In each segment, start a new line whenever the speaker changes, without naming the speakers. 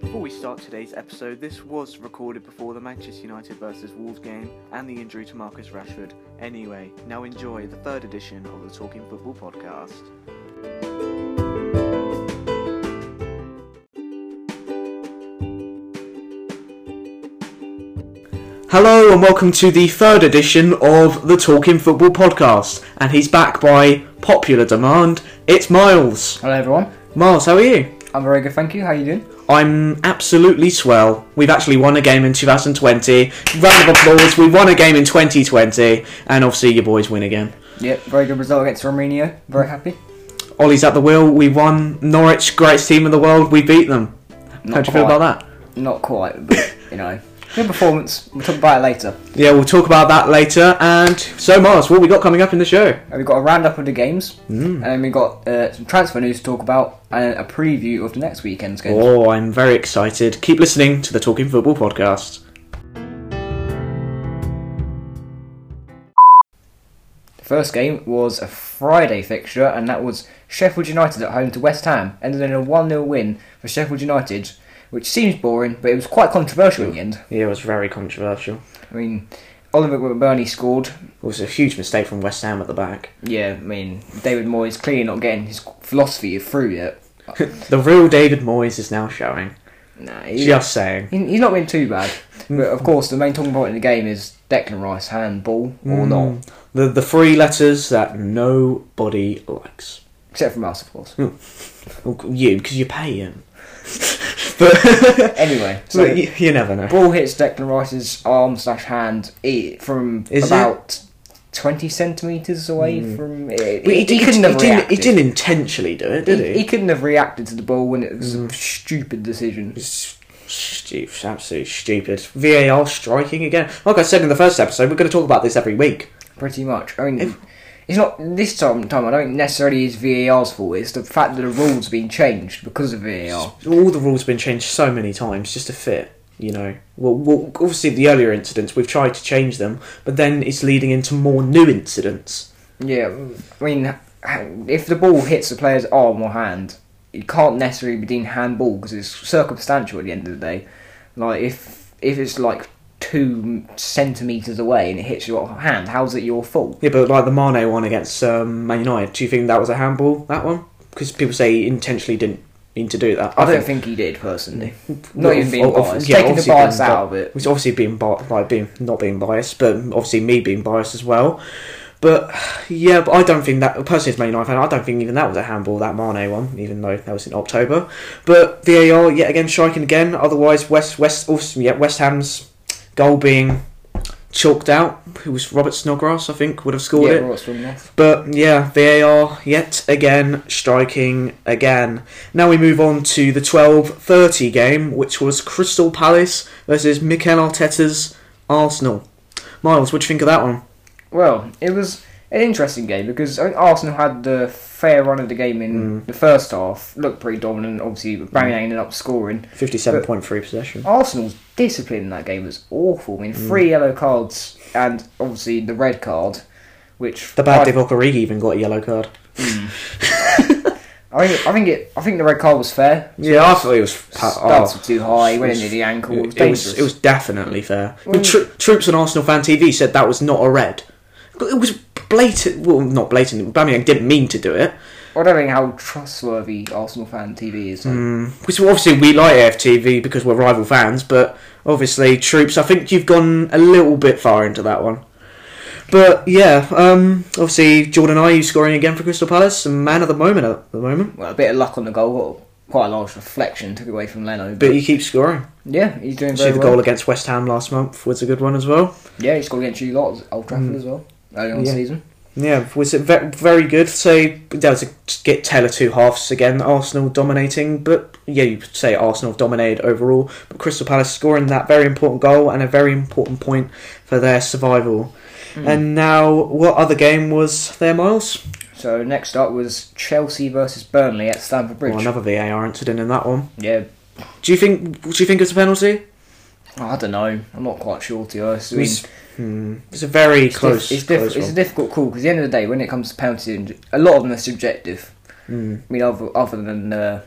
Before we start today's episode, this was recorded before the Manchester United vs Wolves game and the injury to Marcus Rashford. Anyway, now enjoy the third edition of the Talking Football podcast. Hello and welcome to the third edition of the Talking Football podcast. And he's back by popular demand. It's Miles.
Hello everyone.
Miles, how are you?
I'm very good, thank you. How you doing?
I'm absolutely swell. We've actually won a game in 2020. Round of applause. We won a game in 2020, and obviously your boys win again.
Yep, very good result against Romania. Very happy.
Ollie's at the wheel. We won. Norwich, greatest team in the world. We beat them. How do you feel
quite.
about that?
Not quite, but you know, good performance. We'll talk about it later.
Yeah, we'll talk about that later. And so, Mars, what we got coming up in the show?
And we've got a roundup of the games, and then we've got uh, some transfer news to talk about, and a preview of the next weekend's games.
Oh, I'm very excited. Keep listening to the Talking Football podcast.
The first game was a Friday fixture, and that was Sheffield United at home to West Ham, ended in a 1 0 win for Sheffield United, which seems boring, but it was quite controversial in the end.
Yeah, it was very controversial.
I mean, Oliver McBurney scored,
It was a huge mistake from West Ham at the back.
Yeah, I mean, David Moyes clearly not getting his philosophy through yet.
The real David Moyes is now showing.
nah, he,
Just saying.
he- he's not been too bad. But of course, the main talking point in the game is Declan Rice handball
Mm.
or not,
The the three letters that nobody likes.
except from us, of course.
Well, You, because you pay him. but
Anyway, so
so, you, you never know.
ball hits Declan Rice's arm slash hand i- from
Is it?
about twenty centimeters away from. It, he, he couldn't
didn't-
have
he didn't,
reacted.
he didn't intentionally do it, Mm. did he?
He- he couldn't have reacted to the ball when it was a stupid decision.
Stupid, absolutely stupid. VAR striking again. Like I said in the first episode, we're going to talk about this every week.
Pretty much. I mean, it's not this time. Time I don't necessarily is VAR's fault. It's the fact that the rules been changed because of VAR.
All the rules have been changed so many times just to fit. You know, well, well, obviously the earlier incidents we've tried to change them, but then it's leading into more new incidents.
Yeah, I mean, if the ball hits the player's arm or hand, it can't necessarily be deemed handball because it's circumstantial at the end of the day. Like if if it's like two centimeters away and it hits your hand, how's it your fault?
Yeah, but like the Mane one against um, Man United, do you think that was a handball? That one? Because people say he intentionally didn't mean to do that.
I don't think he did personally. Not
Well,
even being
ob- ob-
biased,
yeah,
taking the
obviously
bias
being bi-
out of it.
It's obviously being bi- like being not being biased, but obviously me being biased as well. But yeah, but I don't think that personally as a Man United fan, I don't think even that was a handball that Mane one, even though that was in October. But VAR yet again striking again. Otherwise, West West also, yeah, West Ham's goal being chalked out. Who was Robert Snodgrass? I think would have scored
Yeah,
it.
Ross from off.
But yeah, VAR yet again striking again. Now we move on to the 12:30 game, which was Crystal Palace versus Mikel Arteta's Arsenal. Miles, what do you think of that one?
Well, it was an interesting game because I think Arsenal had the fair run of the game
Mm.
in the first half, looked pretty dominant. Obviously, Aubameyang ended up scoring.
57.3 possession.
Arsenal's discipline in that game was awful. I mean, three
Mm.
yellow cards and obviously the red card, which
The bad
I,
Divock Origi even got a yellow card.
I think I think it. I think the red card was fair.
Yeah, I thought it was. Pa- oh,
Started too high, went
it
into
was-
the ankle. It was
it was
dangerous.
it was definitely fair.
Well-
Tro- Troops on Arsenal fan TV said that was not a red. It was blatant. Well, not blatant. Aubameyang didn't mean to do it.
I don't know how trustworthy Arsenal fan TV is. like.
Which obviously we like AFTV because we're rival fans, but obviously troops. I think you've gone a little bit far into that one. But yeah, um, obviously Jordan Ayew scoring again for Crystal Palace, and man of the moment at the moment.
Well, a bit of luck on the goal, got quite a large reflection took away from Leno. But,
But he keeps scoring.
yeah, he's doing
See
very
the
well.
goal against West Ham last month was a good one as well.
Yeah, he scored against you lot at Old Trafford as well early on in the
Hmm. Yeah.
season.
Yeah, was it ve- very good. So that was a get Taylor two halves again. Arsenal dominating, but yeah, you could say Arsenal dominated overall. But Crystal Palace scoring that very important goal and a very important point for their survival.
Hmm.
And now, what other game was there, Miles?
So next up was Chelsea versus Burnley at Stamford Bridge.
Well, another VAR incident in that one.
yeah,
Do you think? Do you think it's a penalty?
I don't know. I'm not quite sure to be honest. I mean,
It's, hmm, it's a very
it's
close.
diff- it's, diff-
close
it's a
one.
difficult call because at the end of the day, when it
Hmm.
comes to penalties, a lot of them are subjective. I mean, other, other than uh,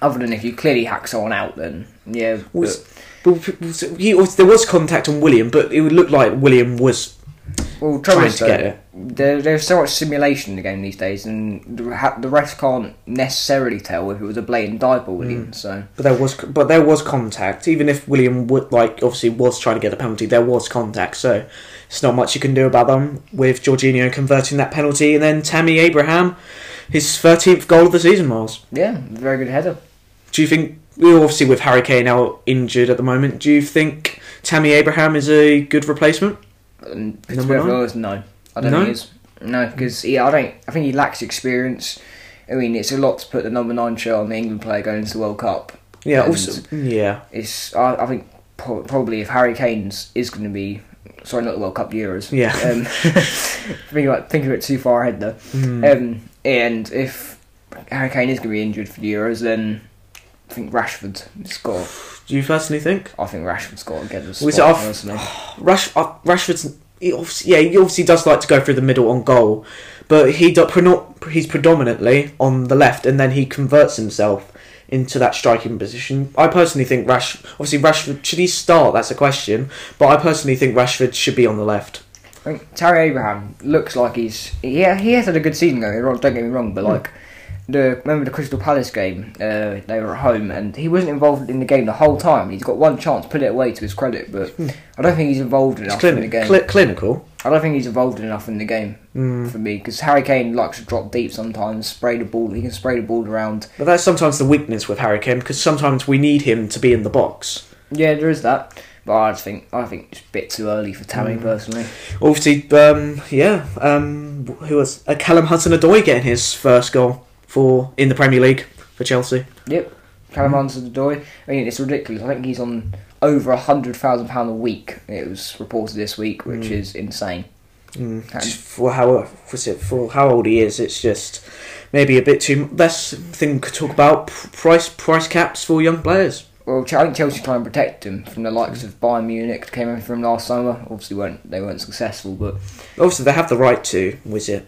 Other than if you clearly hack someone out, then yeah.
Was, well, was- he was- there was contact on William, but it would look like William was
but- well, trouble
trying
is
to get
though,
it.
there, there's so much simulation in the game these days, and the, ha- the ref can't necessarily tell if it was a blatant dive ball William.
Hmm.
So
But there was, but there was contact. Even if William would like obviously was trying to get the penalty, there was contact. So it's not much you can do about them with Jorginho converting that penalty, and then Tammy Abraham, his thirteenth goal of the season, Miles.
yeah, very good header.
Do you think? well, Obviously, with Harry Kane out injured at the moment, do you think Tammy Abraham is a good replacement?
And to be
Number nine?
honest, no, I don't
No?
think he is. No, because yeah, I don't. I think he lacks experience. I mean, it's a lot to put the number nine shirt on the England player going into the World Cup.
Yeah,
And-
also, yeah,
It's I, I think po- probably if Harry Kane's is going to be sorry not the World Cup the Euros.
Yeah.
Um, thinking about thinking of it too far ahead though.
Hmm.
Um, and if Harry Kane is going to be injured for the Euros, then I think Rashford has got.
do you personally think?
I think Rashford's got to get the
Well,
spot.
it's off-
personally.
Rash, uh, Rashford's he obviously, yeah he obviously does like to go through the middle on goal, but he do, preno- he's predominantly on the left, and then he converts himself into that striking position. I personally think Rash obviously Rashford should he start? That's a question, but I personally think Rashford should be on the left.
I think Terry Abraham looks like he's yeah he has had a good season going. Don't get me wrong, but like the remember the Crystal Palace game, uh, they were at home and he wasn't involved in the game the whole time. He's got one chance, put it away to his credit, but I don't think he's involved enough in the
Clinic,
game.
cli- clinical.
I don't think he's involved enough in the game for me because Harry Kane likes to drop deep sometimes, spray the ball. He can spray the ball around.
But that's sometimes the weakness with Harry Kane because sometimes we need him to be in the box.
Yeah, there is that, but I just think I think it's a bit too early for Tammy personally.
Obviously, um, yeah. Um, who was uh, Callum Hudson-Odoi getting his first goal for in the Premier League for Chelsea?
Yep, Callum answered the door. I mean, it's ridiculous. I think he's on over a hundred thousand pound a week. It was reported this week, which is insane. Mm.
Just for how was it for how old he is it's just maybe a bit too that's thing to talk about p- price price caps for young players
Well, Ch- I think Chelsea try and protect him from the likes of Bayern Munich that came in from last summer. Obviously, weren't they weren't successful, but
obviously they have the right to was it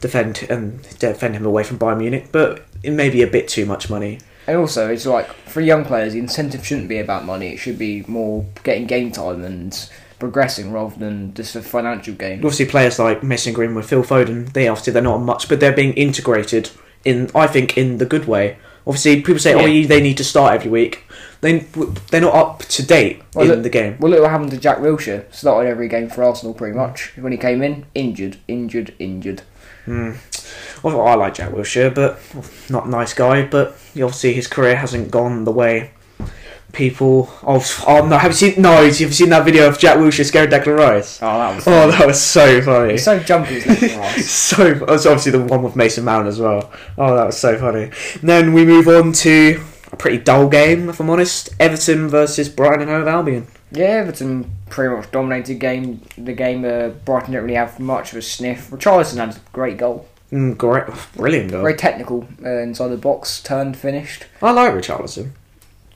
defend and defend him away from Bayern Munich but it may be a bit too much money
and also it's like for young players, the incentive shouldn't be about money. It should be more getting game time and progressing rather than just a financial game.
obviously players like Mason Greenwood Phil Foden they obviously they're not on much but they're being integrated in I think in the good way obviously people say oh
Yeah.
you- they need to start every week they they're not up to date
Well,
in
look-
the game
Well, look what happened to Jack Wilshere. Started every game for Arsenal pretty much. When he came in, injured, injured, injured.
Well, I like Jack Wilshere, but not a nice guy. But obviously, his career hasn't gone the way people. Of, oh no, have you seen? No, have you seen that video of Jack Wilshere scaring Declan Rice?
Oh, that was.
Oh, that was so funny.
He's so jumpy, isn't he, Rice?
So that's obviously the one with Mason Mount as well. Oh, that was so funny. And then we move on to a pretty dull game, if I'm honest. Everton versus Brighton and Hove Albion.
yeah, Everton pretty much dominated game. The game, uh, Brighton didn't really have much of a sniff. Richarlison had a great goal,
Mm, great, brilliant goal.
very technical uh, inside the box, turned, finished.
I like Richarlison.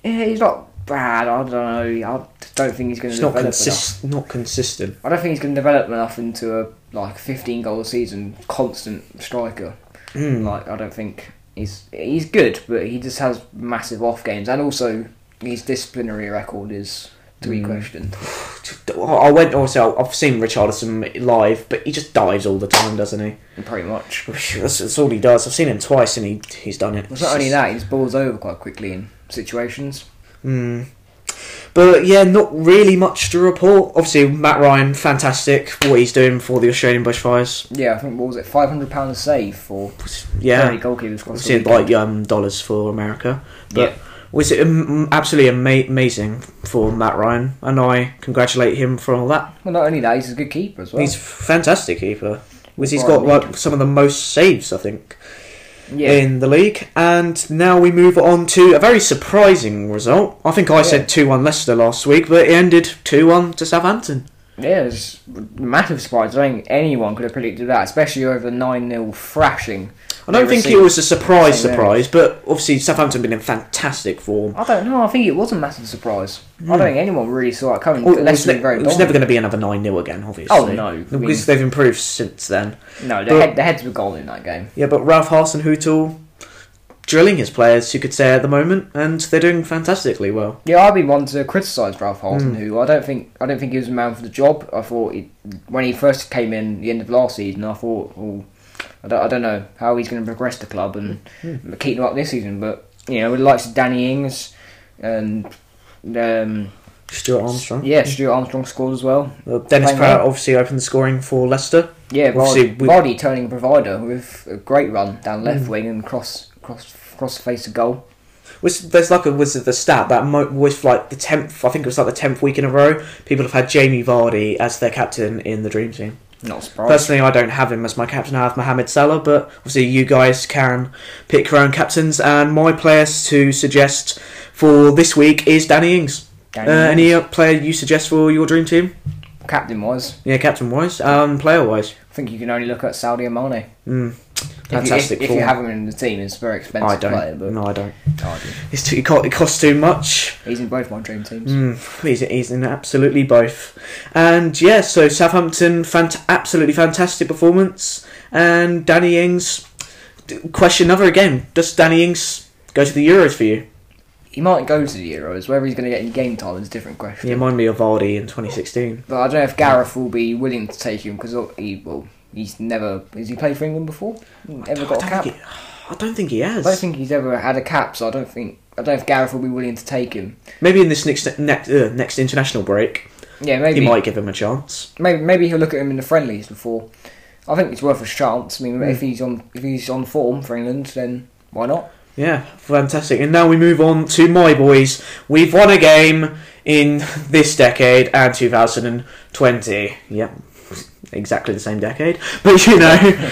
Yeah, he's not bad. I don't know. I don't think he's going to
He's not
develop enough.
consist, not consistent.
I don't think he's going to develop enough into a like 15 goal a season constant striker.
Mm.
Like I don't think he's he's good, but he just has massive off games, and also his disciplinary record is to be questioned.
I went also. I've seen Richardson live, but he just dives all the time, doesn't he?
Pretty much.
That's, that's all he does. I've seen him twice, and he he's done it.
It's not only that, he just balls over quite quickly in situations.
Mm. But yeah, not really much to report. Obviously, Matt Ryan, fantastic what he's doing for the Australian bushfires.
Yeah, I think what was it, five hundred pounds a save for
Yeah,
thirty goalkeepers across the
obviously
weekend.
like um dollars for America. But
Yeah.
was it am- absolutely ama- amazing for Matt Ryan, and I congratulate him for all that.
Well, not only that, he's a good keeper as well.
He's a fantastic keeper. Was he's
Right,
got
mate.
like some of the most saves, I think.
yeah,
in the league. And now we move on to a very surprising result. I think I
Yeah.
said 2 1 Leicester last week, but it ended 2 1 to Southampton.
yeah, it's a massive surprise. I don't think anyone could have predicted that, especially over the nine 0 thrashing.
I don't
they
think it
received.
was a surprise,
Same there.
surprise, but obviously Southampton been in fantastic form.
I don't know. I think it was a massive surprise. I don't think anyone really saw it coming.
Hmm. Well, it
unless
was,
they
ne-
were very
it was never
dominant.
going to be another 9 0 again, obviously.
Oh, no.
Because
I mean-
they've improved since then.
No, the,
But-
head, the heads were gone in that game.
Yeah, but Ralph Hasenhutel, drilling his players, you could say, at the moment, and they're doing fantastically well.
Yeah, I've been one to criticise Ralph
Hmm.
Harden, who I don't think I don't think he was a man for the job. I thought he, when he first came in the end of last season, I thought, oh, I don't, I don't know how he's going to progress the club and
Hmm.
keep them up this season. But you know, with the likes of Danny Ings and um,
Stuart Armstrong.
yeah, Stuart Armstrong scored as well.
Well, Dennis
Playing
Pratt
well.
obviously opened the scoring for Leicester.
Yeah,
Obviously,
Vardy,
we- Hmm.
Vardy turning provider with a great run down left wing and cross cross cross face to goal.
Was, there's like a was it the stat that mo- was like the tenth. I think it was like the tenth week in a row. People have had Jamie Vardy as their captain in the dream team.
Not surprised.
Personally, I don't have him as my captain. I have Mohamed Salah, but obviously you guys can pick your own captains. And my players to suggest for this week is Danny Ings.
Danny
uh,
Ings.
Any player you suggest for your dream team?
Captain wise,
Yeah, captain wise, um, player wise,
I think you can only look at Saudi and Mane.
fantastic.
If you, if, if you
form.
have him in the team, it's a very expensive
I don't.
player, but
no, I don't.
I do.
It's too, it co- it costs too much.
he's in both my dream teams.
Mm, he's, he's in absolutely both. And yeah, so Southampton, fant- absolutely fantastic performance. And Danny Ings, d- question another again. Does Danny Ings go to the Euros for you?
He might go to the Euros. Whether he's going to get any game time is a different question.
You remind me of Vardy in 2016.
But I don't know if Gareth will be willing to take him because he well, he's never has he played for England before? Ever got a
Oh, I,
cap?
don't think he, I don't think he
I don't
has.
think he's ever had a cap, so I don't think I don't know if Gareth will be willing to take him.
Maybe in this next next, uh, next international break,
Yeah, maybe
he might give him a chance.
maybe maybe he'll look at him in the friendlies before. I think it's worth a chance. I mean, if
Hmm.
he's on if he's on form for England, then why not?
Yeah, fantastic. And now we move on to my boys. We've won a game in this decade and 2020. Yep, exactly the same decade. But you know,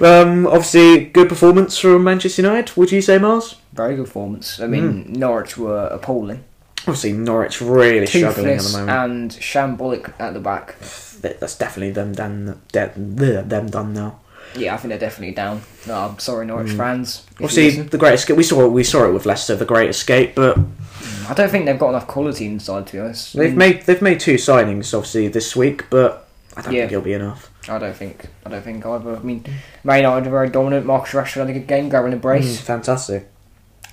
um, obviously, good performance from Manchester United. Would you say, Mars?
Very good performance. I mean,
Hmm.
Norwich were appalling,
Obviously, Norwich really struggling at the
toothless
moment.
and shambolic at the back.
That- That's definitely them done. Them, them done now.
Yeah, I think they're definitely down. No, I'm sorry, Norwich
Mm.
fans. if you
Obviously,
listen.
the great escape. We saw we saw it with Leicester, the great escape. But
I don't think they've got enough quality inside. To be honest,
they've made they've made two signings obviously this week, but I don't
Yeah.
think it'll be enough.
I don't think. I don't think either. I mean, Man United are very dominant. Marcus Rashford had a good game, grabbing a brace,
Mm, fantastic.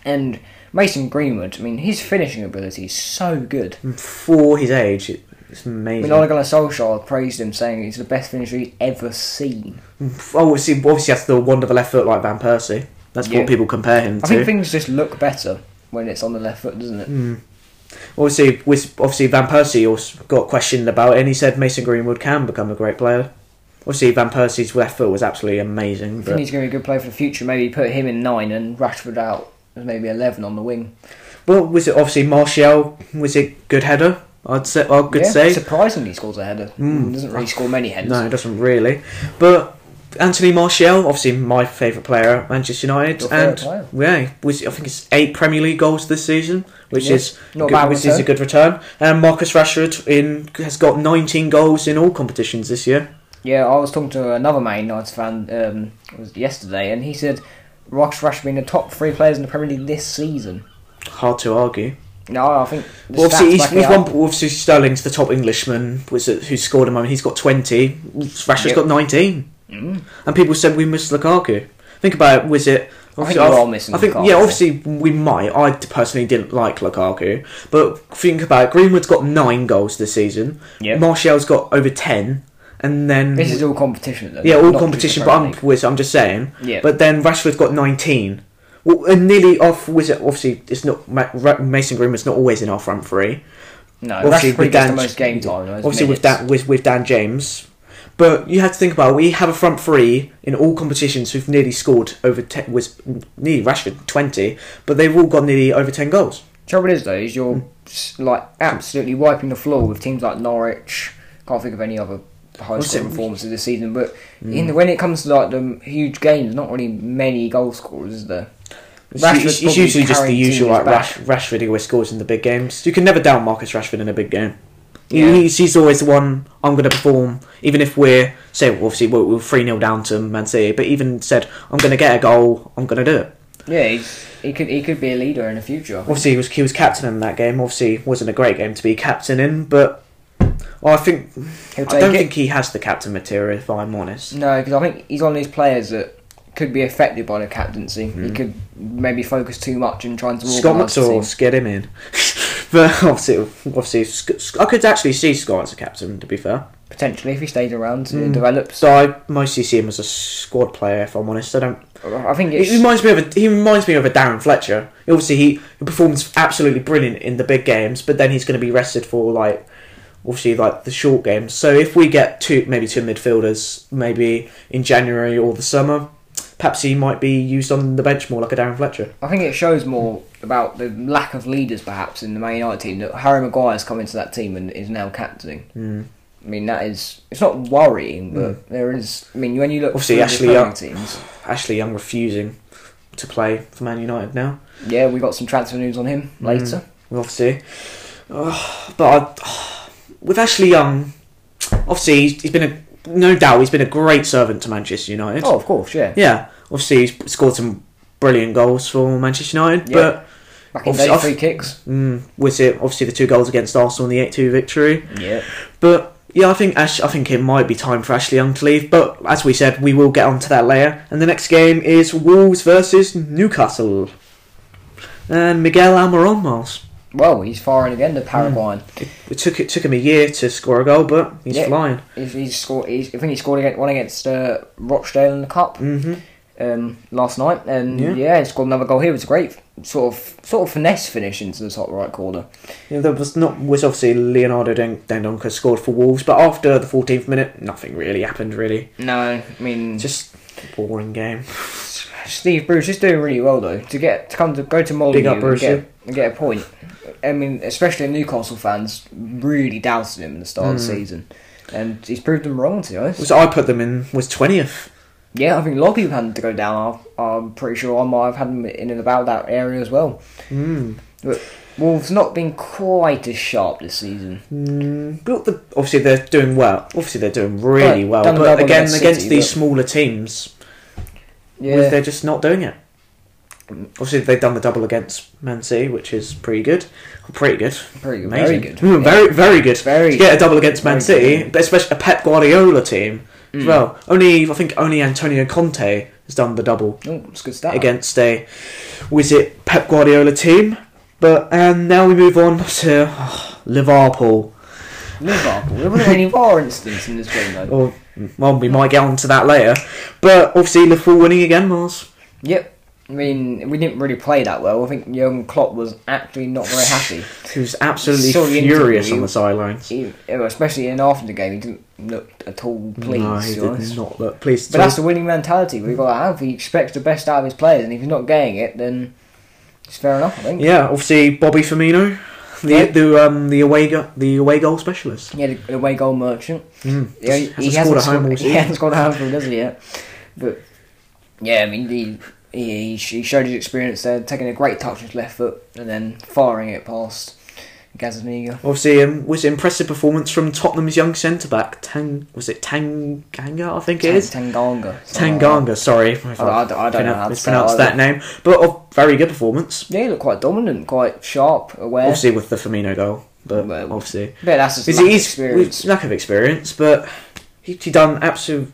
and Mason Greenwood. I mean, his finishing ability is so good.
Mm. For his age, it- it's
I
amazing.
mean, Ole Gunnar Solskjaer praised him, saying he's the best finisher he's ever seen.
oh, obviously, obviously that's the wonderful left foot like Van Persie. That's
Yeah.
what people compare him to.
I think things just look better when it's on the left foot, doesn't it?
Mm. obviously, with, obviously Van Persie also got questioned about it, and he said Mason Greenwood can become a great player. Obviously, Van Persie's left foot was absolutely amazing.
I think
But,
he's going to be a good player for the future. Maybe put him in nine and Rashford out as maybe eleven on the wing.
well, was it obviously Martial? Was it good header? I'd say. I could
yeah,
say.
surprisingly, he scores a header. He Doesn't really score many headers.
Hmm. No, it doesn't really. But Anthony Martial, obviously my favourite player at Manchester United,
Your
and
favourite player.
yeah, was, I think it's eight Premier League goals this season, which
Yeah,
is
not a
good,
bad
which is a
return.
good return. And Marcus Rashford in has got 19 goals in all competitions this year.
Yeah, I was talking to another Man United fan um, it was yesterday, and he said Ross Rush being the top three players in the Premier League this season.
Hard to argue.
No, I think the
Well,
stats
obviously, he's,
back it
he's
up.
one, obviously Sterling's the top Englishman was it, who scored a moment. He's got 20. Rashford's
Yep. Mm.
got 19. And people said we missed Lukaku. Think about it, was it.
I think
obviously,
we're
I've-
all missing
I think,
Lukaku.
yeah, obviously we might. I d- personally didn't like Lukaku, but think about it. Greenwood's got nine goals this season.
Yep.
Martial's got over ten, and then
This is all competition, though.
yeah, all
not just
competition.
the
But
Premier
I'm,
League.
which I'm just saying.
Yeah.
But then Rashford's got 19. Well, and nearly off. Was it obviously? It's not Ma- Ra- Mason Greenwood's not always in our front three
no,
obviously
Rashford
with
gets
Dan,
the most game time. the most
Obviously with
minutes.
Dan, with, with Dan James, but you had to think about it, we have a front three in all competitions who've nearly scored over ten, was nearly Rashford twenty, but they've all got nearly over ten goals.
Trouble is though, is
Hmm.
you're s- like absolutely wiping the floor with teams like Norwich. Can't think of any other high
What's
scoring
it- Hmm.
performances this season. But in the, when it comes to like the huge games, not really many goal scorers, is there?
It's, it's-
Rashford's
it's
probably
usually just the
carrying
usual
teams
like
back.
Rash, Rashford who always scores in the big games. You can never doubt Marcus Rashford in a big game. He-
Yeah.
He's, he's always the one I'm going to perform, even if we're say obviously we're, we're three 0 down to Man City, but even said I'm going to get a goal, I'm going to do it.
Yeah, he's, he could he could be a leader in the future. I think.
obviously he was he was captain in that game. Obviously, it wasn't a great game to be captain in, but well, I think
He'll
I don't
take it.
think he has the captain material. If I'm honest,
No, because I think he's one of these players that could be affected by the captaincy. He could maybe focus too much in trying to
Hmm. Scott
organise the Mm, team.
McSauce, get him in. but obviously, obviously, Sc- Sc- I could actually see Scott as a captain. To be fair,
potentially if he stayed around
Hmm.
and develops.
so I mostly see him as a squad player. If I'm honest, I don't.
I think
He
it's
reminds me of a he reminds me of a Darren Fletcher. Obviously, he, he performs absolutely brilliant in the big games, but then he's going to be rested for like obviously like the short games. So if we get two maybe two midfielders maybe in January or the summer, perhaps he might be used on the bench more like a Darren Fletcher.
I think it shows more about the lack of leaders perhaps in the Man United team that Harry Maguire's come into that team and is now captaining.
Hmm.
Mm. I mean that is it's not worrying, but there is. I mean when you look
Obviously,
through the
Ashley
Premier
Young-
teams,
Ashley Young refusing to play for Man United now.
yeah, we got some transfer news on him
Hmm.
later.
obviously. Ugh, but I, with Ashley Young, obviously he's, he's been a no doubt he's been a great servant to Manchester United.
Oh, of course, yeah.
Yeah, obviously he's scored some brilliant goals for Manchester United,
Yeah. Back in
Obviously,
day,
I've-
free kicks.
but mm, was it obviously the two goals against Arsenal in the eight-two victory?
Yeah.
But yeah, I think Ash, I think it might be time for Ashley Young to leave. But as we said, we will get onto that later. And the next game is Wolves versus Newcastle, and Miguel Almiron Miles.
Well, he's firing again
Hmm.
to Paraguayan.
It took it took him a year to score a goal, but he's
Yeah.
flying.
He's, he's scored. He's, I think he scored against, one against uh, Rochdale in the cup
Mm-hmm.
um, last night, and
Hmm. Yeah.
yeah. he scored another goal here. It was a great sort of sort of finesse finish into the top right corner.
You know, there was not was obviously Leonardo Den- Dendonca scored for Wolves, but after the 14th minute, nothing really happened. Really,
No, I mean
just a boring game.
Steve Bruce is doing really well though to get to come to go to Molyneux
Big up,
and,
Bruce, yeah.
get, and get a point. I mean, especially Newcastle fans really doubted him in the start of
Hmm.
the season, and he's proved them wrong to be honest.
So I put them in was 20th.
Yeah, I think a lot of people had to go down. I- I'm pretty sure I might have had them in and about that area as well.
Mm.
But Wolves not been quite as sharp this season.
Mm, but the, obviously they're doing well. Obviously they're doing really
Right,
well.
done
But
well
again,
against
against,
City,
these
but-
smaller teams,
Yeah,
they're just not doing it. Obviously they've done the double against Man City, which is pretty good. Pretty good.
pretty good,
Amazing.
very good.
Mm,
Yeah.
Very, very good.
Very
to get a double against Man
very
City,
good. Mm.
but especially a Pep Guardiola team as well. Only I think only Antonio Conte has done the double
Oh, it's a good start.
against a was it Pep Guardiola team. But and now we move on to oh, Liverpool.
Liverpool. There wasn't any VAR incidents in this game though.
Or well, we might get onto that later. But obviously Liverpool winning again, Mars.
Yep. I mean, we didn't really play that well. I think Jurgen Klopp was actually not very happy,
Who's absolutely
Saw the
furious
interview.
on the sidelines.
He- uh, especially in after the game. He didn't look at all pleased.
no,
to
he
be honest.
did not look pleased.
But
at all.
that's the winning mentality we've got to have. He expects the best out of his players, and if he's not getting it, then it's fair enough. I think.
Yeah, obviously Bobby Firmino, the
Yeah.
the um the away go- the away goal specialist.
He had a- an away goal merchant.
Mm.
Yeah, he,
Hasn't
he
scored
hasn't
a home all
scored, he
season.
hasn't scored a home goal, does he? Yeah. But yeah, I mean, he, he he showed his experience there, taking a great touch with his left foot and then firing it past Gazaniga.
Obviously, um, was an impressive performance from Tottenham's young centre back Tang. Was it Tanganga? I think it is
Tanganga.
Tanganga. Sorry, if
I- I don't- I don't know how to
mispronounced
say it
that name, but a very good performance.
Yeah, he looked quite dominant, quite sharp, aware.
Obviously, with the Firmino goal, but
Well,
obviously,
but that's
He's-
his lack of
he's-
experience.
lack of experience, but he, he done absolutely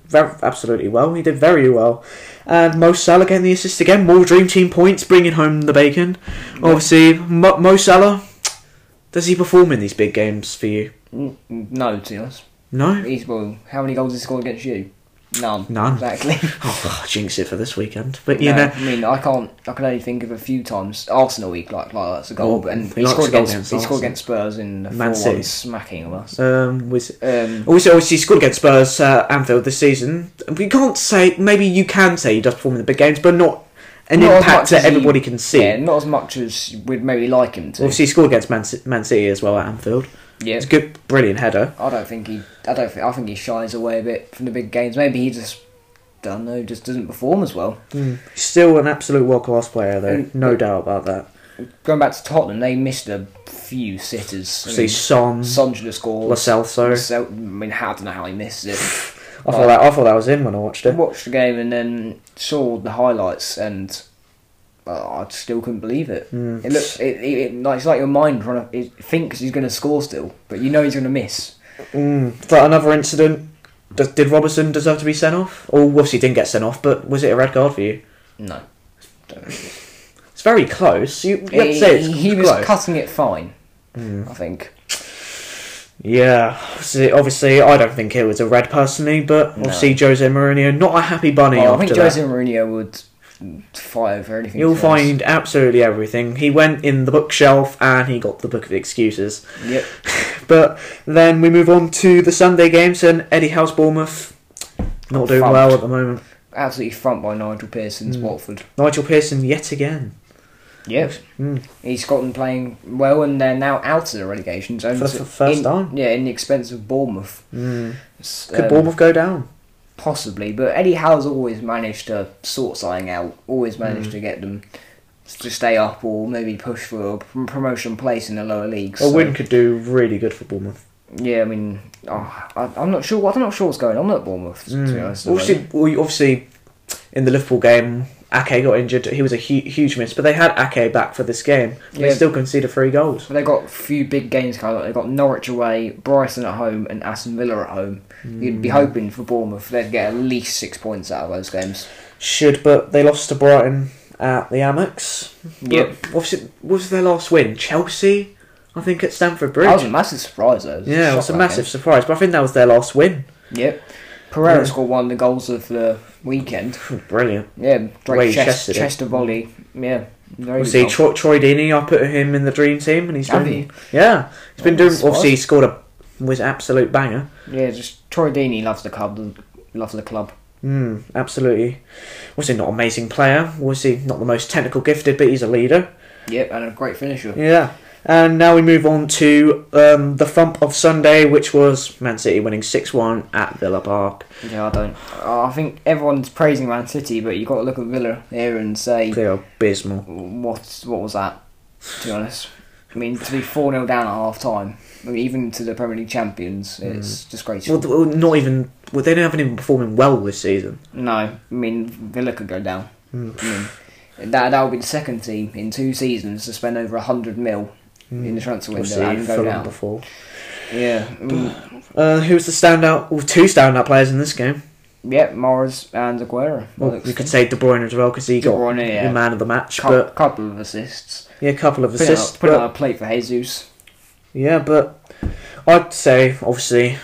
absolutely well. He did very well. And Mo Salah getting the assist again, more dream team points, bringing home the bacon. Obviously, Mo, Mo Salah, does he perform in these big games for you?
N- n- No, to be honest.
No.
He's, well, how many goals has he scored against you? None.
None.
Exactly.
Oh, jinx it for this weekend. But you
No,
know,
I mean, I can't. I can only think of a few times Arsenal week like like that's a goal,
Well,
but and
he
he
likes
scored
to go
against,
against
he scored
Arsenal.
against Spurs in the
Man
four
City.
one smacking of us.
um, was
Um,
also obviously he scored against Spurs at Anfield this season. We can't say. Maybe you can say he does perform in the big games, but not an
not as much
impact that
as he-
everybody can see.
Yeah, not as much as we'd maybe like him to.
Obviously, he scored against Man, C- Man City as well at Anfield.
Yeah.
It's a good, brilliant header.
I don't think he. I don't think. I think he shies away a bit from the big games. Maybe he just. Don't know. Just doesn't perform as well.
Still an absolute world class player, though, no doubt about that.
Going back to Tottenham, they missed a few sitters. I
See,
mean,
Son,
Hmm. Son should have scored.
Lo Celso.
So, I mean, I don't know how he missed it.
I thought that I thought that was him when I watched it.
watched the game and then saw the highlights and uh, I still couldn't believe it.
Hmm.
It looks it, it, it- like it's like your mind trying to it thinks he's going to score still, but you know he's going to miss.
Mm. But Hmm. another incident, Does, did Robertson deserve to be sent off? Or obviously didn't get sent off, but was it a red card for you?
No.
It's very close. You, you have to
He,
say it's
he was
close. Hmm.
cutting it fine, I think.
Yeah, obviously, obviously, I don't think it was a red personally, but obviously Jose Mourinho, not a happy bunny
Well, I
after
think
that.
Jose Mourinho would fight over anything.
You'll
first.
find absolutely everything. He went in the bookshelf and he got the book of excuses.
Yep.
But then we move on to the Sunday games and Eddie House Bournemouth not doing
Thumped.
well at the moment.
Absolutely front by Nigel Pearson's
Hmm.
Watford.
Nigel Pearson yet again.
Yep.
Mm.
He's Hmm. Scotland playing well, and they're now out of the relegation zone
For the
So
f- first
in-
time.
Yeah, in the expense of Bournemouth.
Mm.
S-
Could
um,
Bournemouth go down?
possibly, but Eddie Howe's always managed to sort something out. Always
Hmm.
managed to get them s- to stay up or maybe push for a pr- promotion place in the lower leagues.
A
so-
win could do really good for Bournemouth.
Yeah, I mean, oh, I, I'm not sure. I'm not sure what's going on at Bournemouth. To be honest, at the
Obviously, Mm. Hmm. well, you- obviously, in the Liverpool game, Ake got injured. He was a hu- huge miss, but they had Ake back for this game. They
Yeah.
still conceded three goals.
But they've got a few big games coming up. They've got Norwich away, Brighton at home, and Aston Villa at home. You'd be
Mm.
hoping for Bournemouth they'd get at least six points out of those games.
Should, but they lost to Brighton at the Amex. But
Yep.
Obviously, what was their last win? Chelsea, I think, at Stamford
That was a
Bridge.
massive surprise, though.
Yeah, it
Shock
was a
that
massive surprise, but I think that was their last win.
game. Yep. Pereira
Yeah.
scored one of the goals of the weekend.
Brilliant. Way
Yeah,
he
Drake chest,
chested it.
chest a volley. Yeah, very
Obviously,
good.
Troy, Troy Deeney, I put him in the dream team, and he's
Have
doing. Yeah, he's been
Oh,
doing.
that's
Obviously, he scored a was absolute banger.
Yeah, just Troy Deeney loves the club. Loves the club.
Mm, absolutely. Was he not an amazing player? Was he not the most technical gifted, but he's a leader?
Yep, and a great finisher.
Yeah. And now we move on to um, the thump of Sunday, which was Man City winning 6 1 at Villa Park.
Yeah, I don't. I think everyone's praising Man City, but you got to look at Villa here and say
They are abysmal.
what what was that? To be honest, I mean to be four 0 down at half time, I mean, even to the Premier League champions,
Mm.
it's
Well,
disgraceful.
th- well, not even. Well, they haven't even performing well this season.
no, I mean Villa could go down.
Mm.
I mean, that that would be the second team in two seasons to spend over hundred mil in the transfer Mm.
Obviously,
window and go
Mm. Fulham
down.
before.
Yeah, um, I mean,
Uh, who's the standout? Well, two standout players in this game.
yeah, Morris and Aguero.
Well,
Looks-
you could say De Bruyne as well because he
De
got
Bruyne, yeah.
the man of the match.
cou-
But
couple of assists.
yeah, a couple of
Put it
assists.
on- put it
but-
on a plate for Jesus.
Yeah, but I'd say obviously,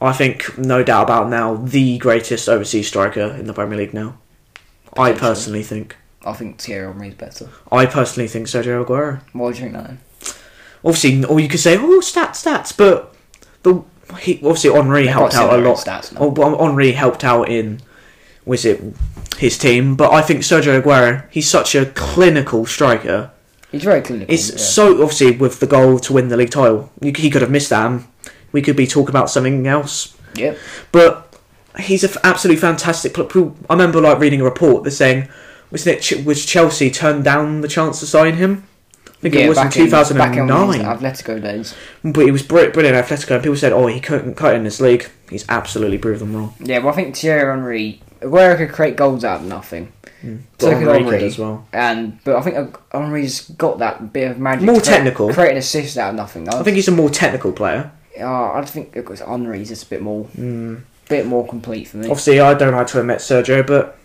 I think no doubt about now the greatest overseas striker in the Premier League now. I
Potentially.
personally think.
I think Thierry Henry's better.
I personally think Sergio Aguero.
Why do you think that?
Obviously, or you could say, oh, stats, stats, but the he obviously Henri helped
got
out a
similar
lot.
stats now.
Oh, well, Henri helped out in was it his team? But I think Sergio Aguero, he's such a clinical striker.
He's very clinical.
It's
yeah.
so obviously with the goal to win the league title, you- he could have missed that. and We could be talking about something else.
Yep.
But he's an f- absolutely fantastic. pl- I remember like reading a report that saying, wasn't it Ch- was Chelsea turned down the chance to sign him? I think it was in
back back in when
2009.
he was at Atletico days.
but he was br- brilliant at Atletico, and people said, "Oh, he couldn't cut in this league." He's absolutely proved them wrong.
Yeah, well, I think Thierry Henry, Aguero could create goals out of nothing. So
Hmm. But
could
Henry
Henry.
could as well.
And but I think Ag- Henry's got that bit of magic.
More
to create-
technical.
create an assist out of nothing.
I think he's a more technical player.
Uh, I think because Henry's just a bit more,
Hmm.
bit more complete for me.
Obviously, I don't like to admit Sergio, but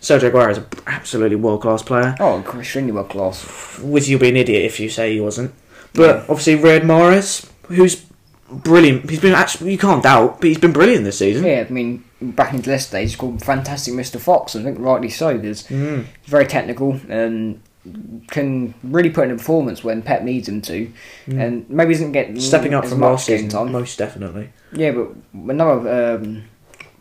Sergio Aguero is an absolutely world class player.
Oh, extremely well class.
would you be an idiot if you say he wasn't? But obviously, Red Morris, who's brilliant, he's been actually you can't doubt, but he's been brilliant this season.
Yeah, I mean, back in the last days, he called fantastic Mr. Fox. and I think rightly so. Because
Mm.
he's very technical and can really put in a performance when Pep needs him to, and maybe doesn't get
Mm. Stepping up
as
from
much
last
game
season,
time.
most definitely.
Yeah, but another um,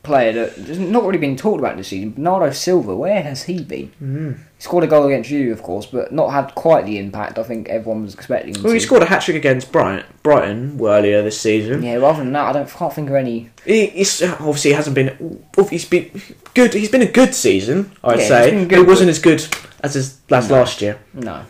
player that has not really been talked about this season, Bernardo Silva, where has he been? Mm. He scored a goal against you, of course, but not had quite the impact I think everyone was expecting him
Well, he
to.
scored a hat trick against Brighton, Brighton earlier this season.
Yeah, rather than that, I don't can't think of any.
He, he's obviously he hasn't been. He's been good. He's been a good season, I'd
Yeah, he's
say.
been
But
good,
it wasn't as good as his last last year.
No.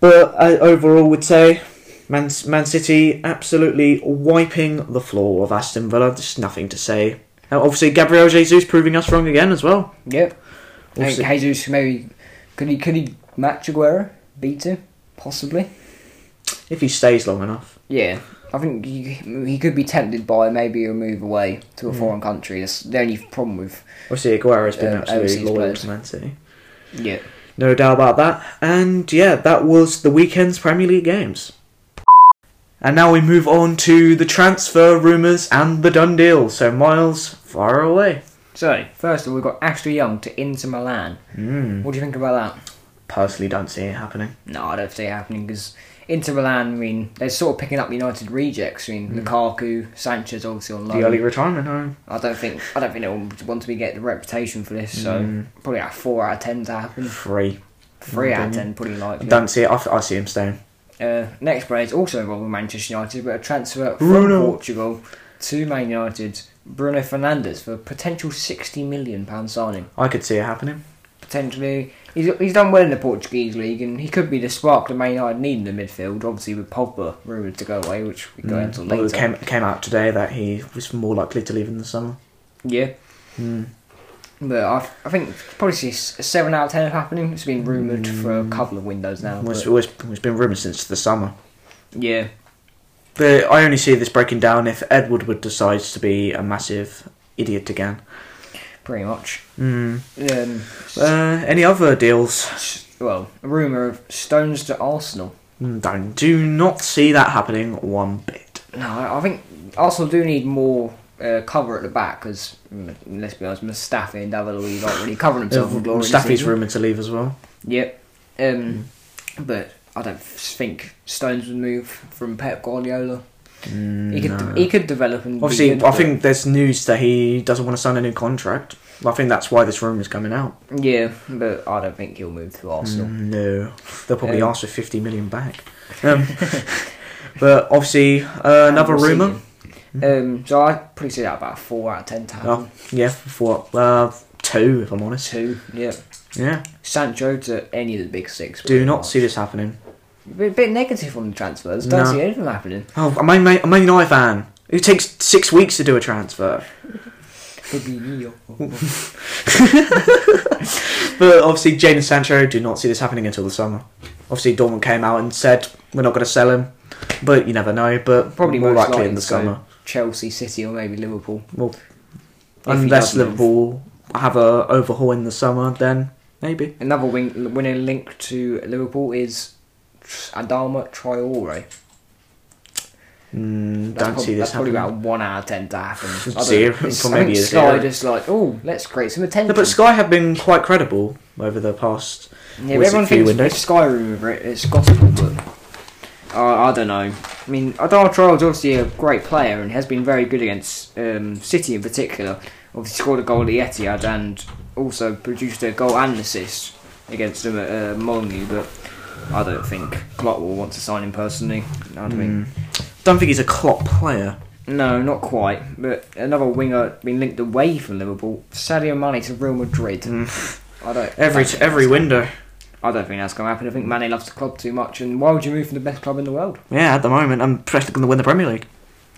But I overall would say Man, Man City absolutely wiping the floor of Aston Villa. There's nothing to say. And obviously, Gabriel Jesus proving us wrong again as well.
Yep. I
Obviously-
think Jesus maybe could he could he match Aguero, beat him possibly?
If he stays long enough.
Yeah, I think he, he could be tempted by maybe a move away to a foreign country. That's the only problem with.
Obviously, Aguero's been
Um,
absolutely
overseas
loyal
players.
to Man City.
Yeah.
No doubt about that. And yeah, that was the weekend's Premier League games. And now we move on to the transfer rumours and the done deal. So, Miles, fire away.
So first of all, we've got Ashley Young to Inter Milan.
Mm.
What do you think about that?
Personally, don't see it happening.
No, I don't see it happening because Inter Milan. I mean, they're sort of picking up United rejects. I mean, Lukaku, Sanchez, obviously on
The early
loan.
retirement home.
I don't think I don't think they'll want to be get the reputation for this. So probably a four out of ten to happen.
Free.
Three out of
Mm.
ten, pretty likely.
Don't see it. I, I see him staying.
Uh, next player is also involved with Manchester United, but a transfer from
Bruno.
Portugal to Man United, Bruno Fernandes for a potential sixty million pound signing.
I could see it happening.
Potentially, he's, he's done well in the Portuguese league, and he could be the spark that Man United need in the midfield. Obviously, with Pogba rumoured to go away, which we go into
Hmm. Although
later.
it came, came out today that he was more likely to leave in the summer.
Yeah.
Mm.
But I, I think probably see s- seven out of ten happening. It's been rumoured for a couple of windows now.
Mm. Well, It's,
Oh, but-
always, it's been rumoured since the summer.
yeah,
But I only see this breaking down if Edward would decides to be a massive idiot again.
pretty much.
Mm.
Um,
Uh, any other deals?
s- well, a rumour of Stones to Arsenal.
Mm, Don't do not see that happening one bit.
No, I I think Arsenal do need more uh, cover at the back because let's be honest, Mustafi and Davidovic aren't really covering themselves with glory. this
Mustafi's Mm.
season.
rumoured to leave as well.
Yep. Um, But I don't think Stones would move from Pep Guardiola. He could
no.
he could develop and be
Obviously,
good,
I
but-
think there's news that he doesn't want to sign a new contract. I think that's why this rumour is coming out.
yeah, but I don't think he'll move to Arsenal.
Mm, No, they'll probably
Um,
ask for 50 million back. Um, but obviously, uh, another
And we'll see
rumour. Mm.
him. Um, so I probably see that about four out of ten times.
Oh, yeah, for uh, two, if I'm honest.
Two, yeah.
Yeah,
Sancho to any of the big six.
do not see this happening.
A bit negative on the transfers. Don't
No.
see anything happening.
Oh, I'm a Man- I'm a Man United fan. It takes six weeks to do a transfer.
Could be Neil.
But obviously, Jane and Sancho do not see this happening until the summer. Obviously, Dortmund came out and said, we're not going to sell him. But you never know. But probably
Probably
more
most
likely,
likely
in the
to go
summer.
Chelsea, City, or maybe Liverpool.
Well,
he
unless
does move.
Liverpool have a overhaul in the summer, then maybe.
Another wing, winner link to Liverpool is Adama Traore.
Mm, don't
That's prob-
see this
That's probably
happening.
about one out of ten to happen. I don't know.
Zero,
It's-
or
I think
maybe a
Sky
zero.
just like, oh, let's create some attention.
No, but Sky have been quite credible over the past.
yeah, but
was it
everyone
few
thinks
windows?
it's Sky over it. It's gospel, but I I don't know. I mean, Adama Traore's obviously a great player and has been very good against um, City in particular. Obviously, scored a goal at the Etihad and also produced a goal and assist against them at uh, Molyneux, but. I don't think Klopp will want to sign him personally. I don't think
Don't think he's a Klopp player.
No, not quite. But another winger being linked away from Liverpool, Sadio Mane to Real Madrid. I don't
Hmm. Every
don't think
every
that's-
window.
I don't think that's going to happen. I think Mane loves the club too much, and why would you move from the best club in the world?
Yeah, at the moment, I'm pressed going to win the Premier League.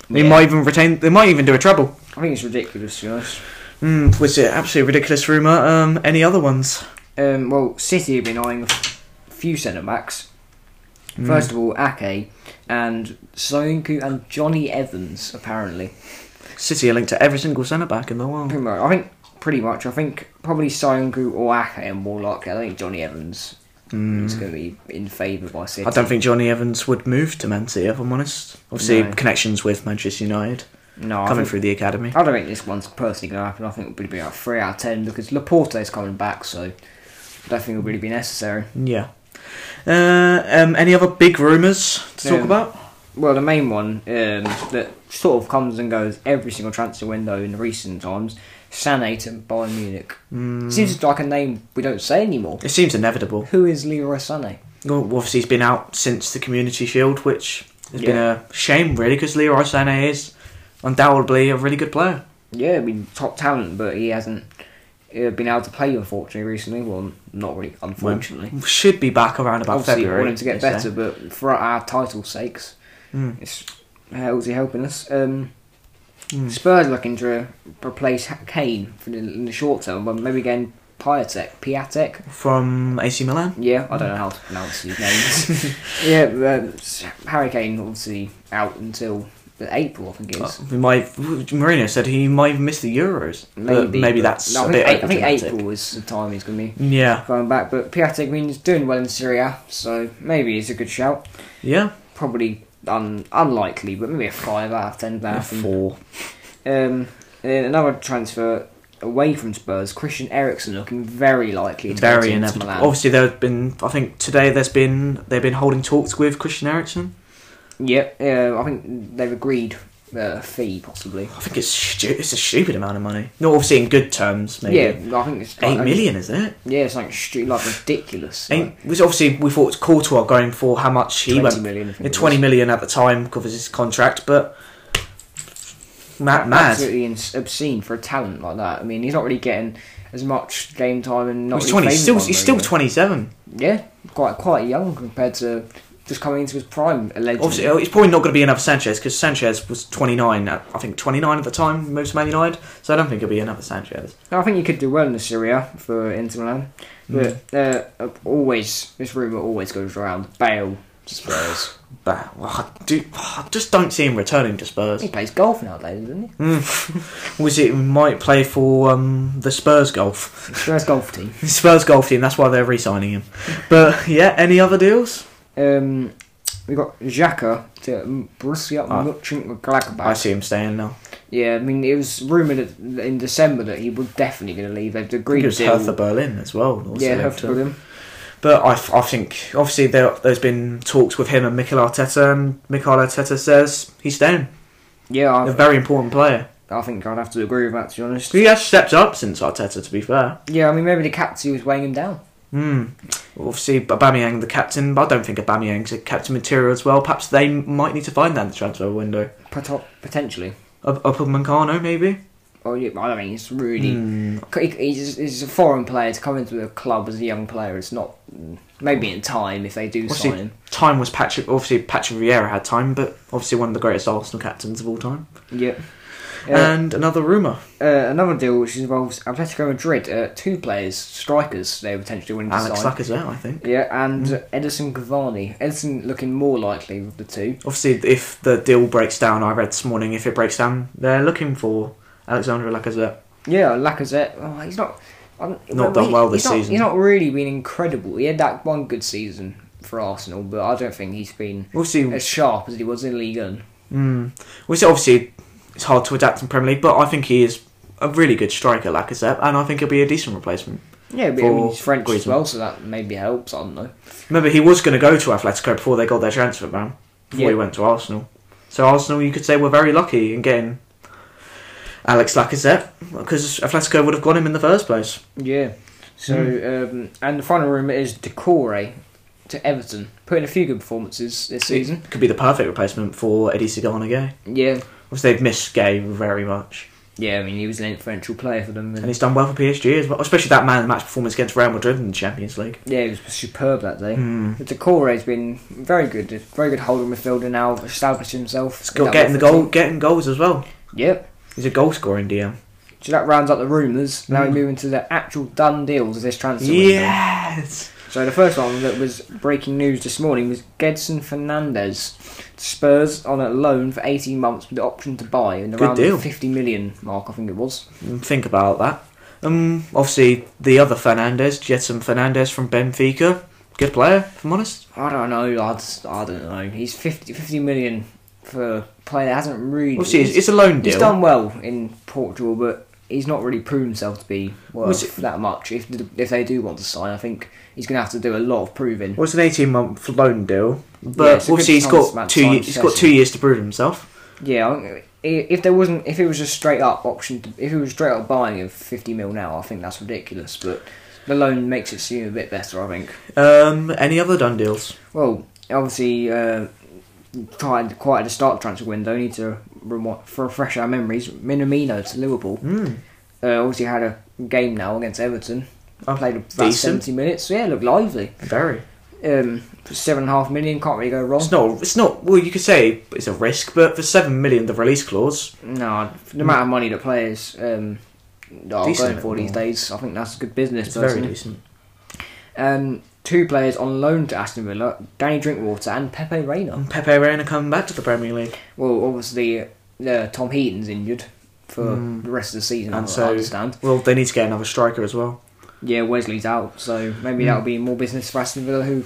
They
Yeah.
might even retain. They might even do a treble.
I think it's ridiculous, to be honest.
Mm, was it absolutely ridiculous rumor? Um, any other ones?
Um, well, City have been eyeing a few centre backs.
Mm.
First of all, Ake and Soyuncu and Johnny Evans apparently.
City are linked to every single centre back in the world.
Pretty much, I think pretty much. I think probably Soyuncu or Ake are more likely. I don't think Johnny Evans is going to be in favour by City.
Mm. I don't think Johnny Evans would move to Man City, if I'm honest. Obviously,
No.
connections with Manchester United
No, I
coming
think-
through the academy.
I don't think this one's personally going to happen. I think it'll be about three out of ten because Laporte's coming back, so I don't think it'll really be necessary.
Yeah. Uh, um, any other big rumours to talk
Um,
about?
Well, the main one um, that sort of comes and goes every single transfer window in recent times, Sané to Bayern Munich.
Hmm.
Seems like a name we don't say anymore.
It seems inevitable.
Who is Leroy Sané?
Well, obviously, he's been out since the Community Shield, which has been
Yeah.
a shame, really, because Leroy Sané is undoubtedly a really good player.
Yeah, I mean top talent, but he hasn't uh, been able to play unfortunately recently. Well, not really, unfortunately.
Should be back around about
Obviously, we
February.
want him to get
I'd say.
better, but for our title's sakes,
Mm.
it's how's he helping us? Um,
Hmm.
Spurs looking to replace Ha- Kane for the, in the short term, but maybe getting Piatek, Piatek.
from AC Milan.
Yeah, I don't know how to pronounce these names. yeah, but Harry Kane obviously out until April, I think it is.
We might Mourinho said he might have missed the Euros. Maybe, but maybe
but-
that's a
no, I
bit.
think, I think
overdramatic.
April is the time he's going to be
Yeah,
going back. But Piatek, I mean, he's doing well in Syria, so maybe it's a good shout.
yeah.
Probably un- unlikely, but maybe a five out of ten thousand.
Four.
Um, and then another transfer away from Spurs, Christian Eriksen looking very likely to go
Very
to Inter
inevitable.
Milan.
Obviously, there have been. I think today there's been they've been holding talks with Christian Eriksen.
Yep, uh, I think they've agreed uh, fee possibly.
I think it's stu- it's a stupid amount of money. Not obviously in good terms, maybe.
Yeah, I think it's
Eight
like-
million, is it?
Yeah, it's like stu- like ridiculous.
Ain't, which obviously we thought Courtois going for how much he
20
went
million, I think
Yeah,
it
twenty
was.
million at the time covers his contract, but mad,
Like,
mad.
absolutely ins- obscene for a talent like that. I mean, he's not really getting as much game time and not
He's
really
twenty.
favoured
Still,
by
he's still
Mourinho.
twenty-seven.
Yeah, quite quite young compared to just coming into his prime. Allegedly,
Obviously, he's probably not going to be another Sanchez because Sanchez was twenty-nine. At, I think twenty-nine at the time he moved to Man United, so I don't think he'll be another Sanchez.
No, I think you could do well in the Syria for Inter Milan,
Hmm.
but uh, always this rumor always goes around. Bale to Spurs.
But well, I, do, I just don't see him returning to Spurs.
he plays golf nowadays, doesn't he?
Was it might play for um, the Spurs golf,
Spurs golf team.
Spurs golf team? That's why they're re-signing him. But yeah, any other deals?
Um, we got Xhaka to Borussia
Ah.
Mönchengladbach.
I see him staying now.
Yeah, I mean, it was rumoured that- in December that he was definitely going to leave. They've
I think
agreed
it was
deal.
Hertha Berlin as well. also
yeah,
linked
Hertha
up.
Berlin.
But I, I think obviously there, there's been talks with him and Mikel Arteta, and Mikel Arteta says he's staying.
Yeah,
A
I,
very important player.
I think I'd have to agree with that, to be honest.
He has stepped up since Arteta, to be fair.
Yeah, I mean, maybe the captaincy was weighing him down.
Hmm. Obviously, Aubameyang, the captain. But I don't think Aubameyang's a captain material as well. Perhaps they might need to find that in the transfer window.
Pot- potentially.
Up, up of Mancano, maybe.
Oh, yeah, I mean, it's really.
Hmm.
He- He's, he's a foreign player to come into a club as a young player. It's not maybe in time if they do
Obviously,
sign him.
Time was Patrick. Obviously, Patrick Vieira had time, but obviously one of the greatest Arsenal captains of all time.
Yep.
And another rumor.
Uh, another deal which involves Atletico Madrid. Uh, two players, strikers, they potentially willing to
Alex Hmm.
sign.
Lack as well, I think.
Yeah, and Edison Cavani. Edison looking more likely of the two.
Obviously, if the deal breaks down, I read this morning, if it breaks down, they're looking for Alexandre Lacazette.
Yeah, Lacazette. Oh, he's not. I'm,
Not
well,
done
he-
well this
he's not-
season.
He's not really been incredible. He had that one good season for Arsenal, but I don't think he's been
Obviously,
as sharp as he was in League One.
mm, obviously, obviously, it's hard to adapt in Premier League, but I think he is a really good striker, Lacazette, and I think he'll be a decent replacement.
Yeah, but I
For
mean, he's French as
Griezmann.
well, so that maybe helps. I don't know.
Remember, he was going to go to Atletico before they got their transfer ban, before he
Yeah.
went to Arsenal. So Arsenal, you could say, were very lucky in getting Alex Lacazette, because Atletico would have got him in the first place.
Yeah. So, um, and the final rumour is Decore to Everton. Put in a few good performances this season.
It could be the perfect replacement for Eddie Cigarnagay.
Yeah.
Obviously, they've missed Gay very much.
Yeah, I mean, he was an influential player for them.
And
And
he's done well for PSG as well, especially that man of the match performance against Real Madrid in the Champions League.
yeah, he Hmm. was superb that day.
Mm.
But Decore's been very good, a very good holder midfielder now, established himself.
He's got getting the goal, getting goals as well.
Yep.
He's a goal scorer in DM.
So that rounds up the rumours. Now
Mm.
we move into the actual done deals of this transfer window.
Yes.
So the first one that was breaking news this morning was Gedson Fernandez, Spurs on a loan for 18 months with the option to buy in
Good
around
deal.
the 50 million mark, I think it was.
Mm, Think about that. Um, obviously the other Fernandez, Jetson Fernandez from Benfica, good player. If I'm honest,
I don't know. I, just, I don't know. He's 50, 50 million for a player that hasn't really.
obviously it's, it's a loan
he's
deal.
done well in Portugal, but he's not really proven himself to be
Was
worth that much. If the- if they do want to sign, I think he's going to have to do a lot of proving.
Well, it's an 18 month loan deal, but
Yeah, it's a good
obviously he's
chance
got
about
two.
time
ye- He's got
possession.
two years to prove himself.
Yeah, I- if there wasn't, if it was just straight up option, to, if it was straight up buying of fifty mil now, I think that's ridiculous. But the loan makes it seem a bit better, I think.
Um, any other done deals?
Well, obviously, uh, quite quite at the start of the transfer window, need to remo- refresh our memories. Minamino to Liverpool.
Mm.
Uh, obviously, had a game now against Everton.
Oh,
played about
decent.
seventy minutes. Yeah, looked lively.
Very.
Um, for seven and a half million, can't really go wrong.
It's not. It's not. Well, you could say it's a risk, but for seven million, the release clause.
No, the amount of money that players um, are
Decent
going for these
little-
days. I think that's good business.
It's very
personally.
decent.
Um, two players on loan to Aston Villa: Danny Drinkwater and Pepe Reina.
And Pepe Reina coming back to the Premier League.
Well, obviously, uh, Tom Heaton's injured for
Mm.
the rest of the season.
And
I,
so-
I understand.
Well, they need to get another striker as well.
Yeah, Wesley's out, so maybe
Mm.
that'll be more business for Aston Villa, who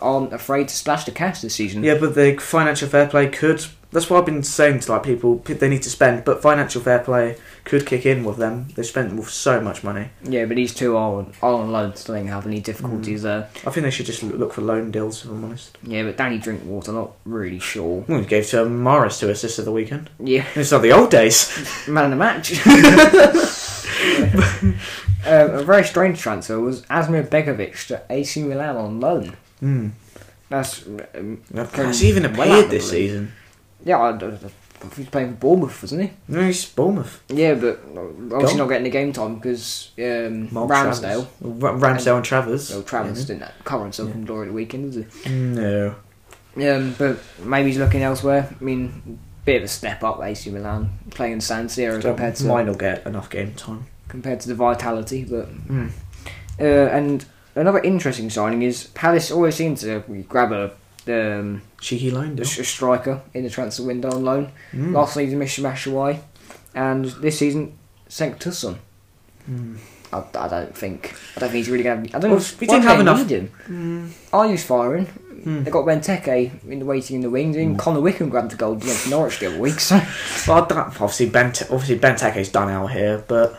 aren't afraid to splash the cash this season.
Yeah, but the financial fair play could. That's what I've been saying to like people. p- They need to spend, but financial fair play could kick in with them. They've spent with so much money.
Yeah, but these two are on, are on loan, so they don't have any
Mm.
difficulties there.
I think they should just l- look for loan deals. If I'm honest.
Yeah, but Danny Drinkwater, not really sure.
Well, we gave to Morris to assist at the weekend.
Yeah,
It's not the old days.
man of the match. um, a very strange transfer was Asmir Begovic to AC Milan on loan.
Hmm.
That's um,
Has he even
Well,
appeared this
Attenborough.
season?
yeah, I, I, I- he's playing for Bournemouth, wasn't he?
No, he's Bournemouth.
Yeah, but obviously not getting the game time because um,
Mark
Ramsdale.
Travers. Ra- Ramsdale and Travers.
Well, Travers didn't cover himself in glory at the weekend, did
No.
he? Um, but maybe he's looking elsewhere. I mean, bit of a step up, AC Milan playing San Siro compared to
Mine will get enough game time.
compared to the vitality. But
Mm.
uh, and another interesting signing is Palace always seem to grab a, um,
Cheeky loan
a,
deal.
s- a striker in the transfer window on loan.
Mm.
Last season, Mr. Mashawai, and this season, Sanctusson.
Mm.
I, I don't think I don't think he's really going to. I don't.
Well,
know
we
why
didn't have
they
enough-
need him.
Mm.
Aryu's firing.
Mm.
They got Benteke in the waiting in the wings, and
Hmm.
Connor Wickham grabbed the gold against Norwich the other week. So,
Well, I don't- obviously, Bente- obviously Benteke's done out here, but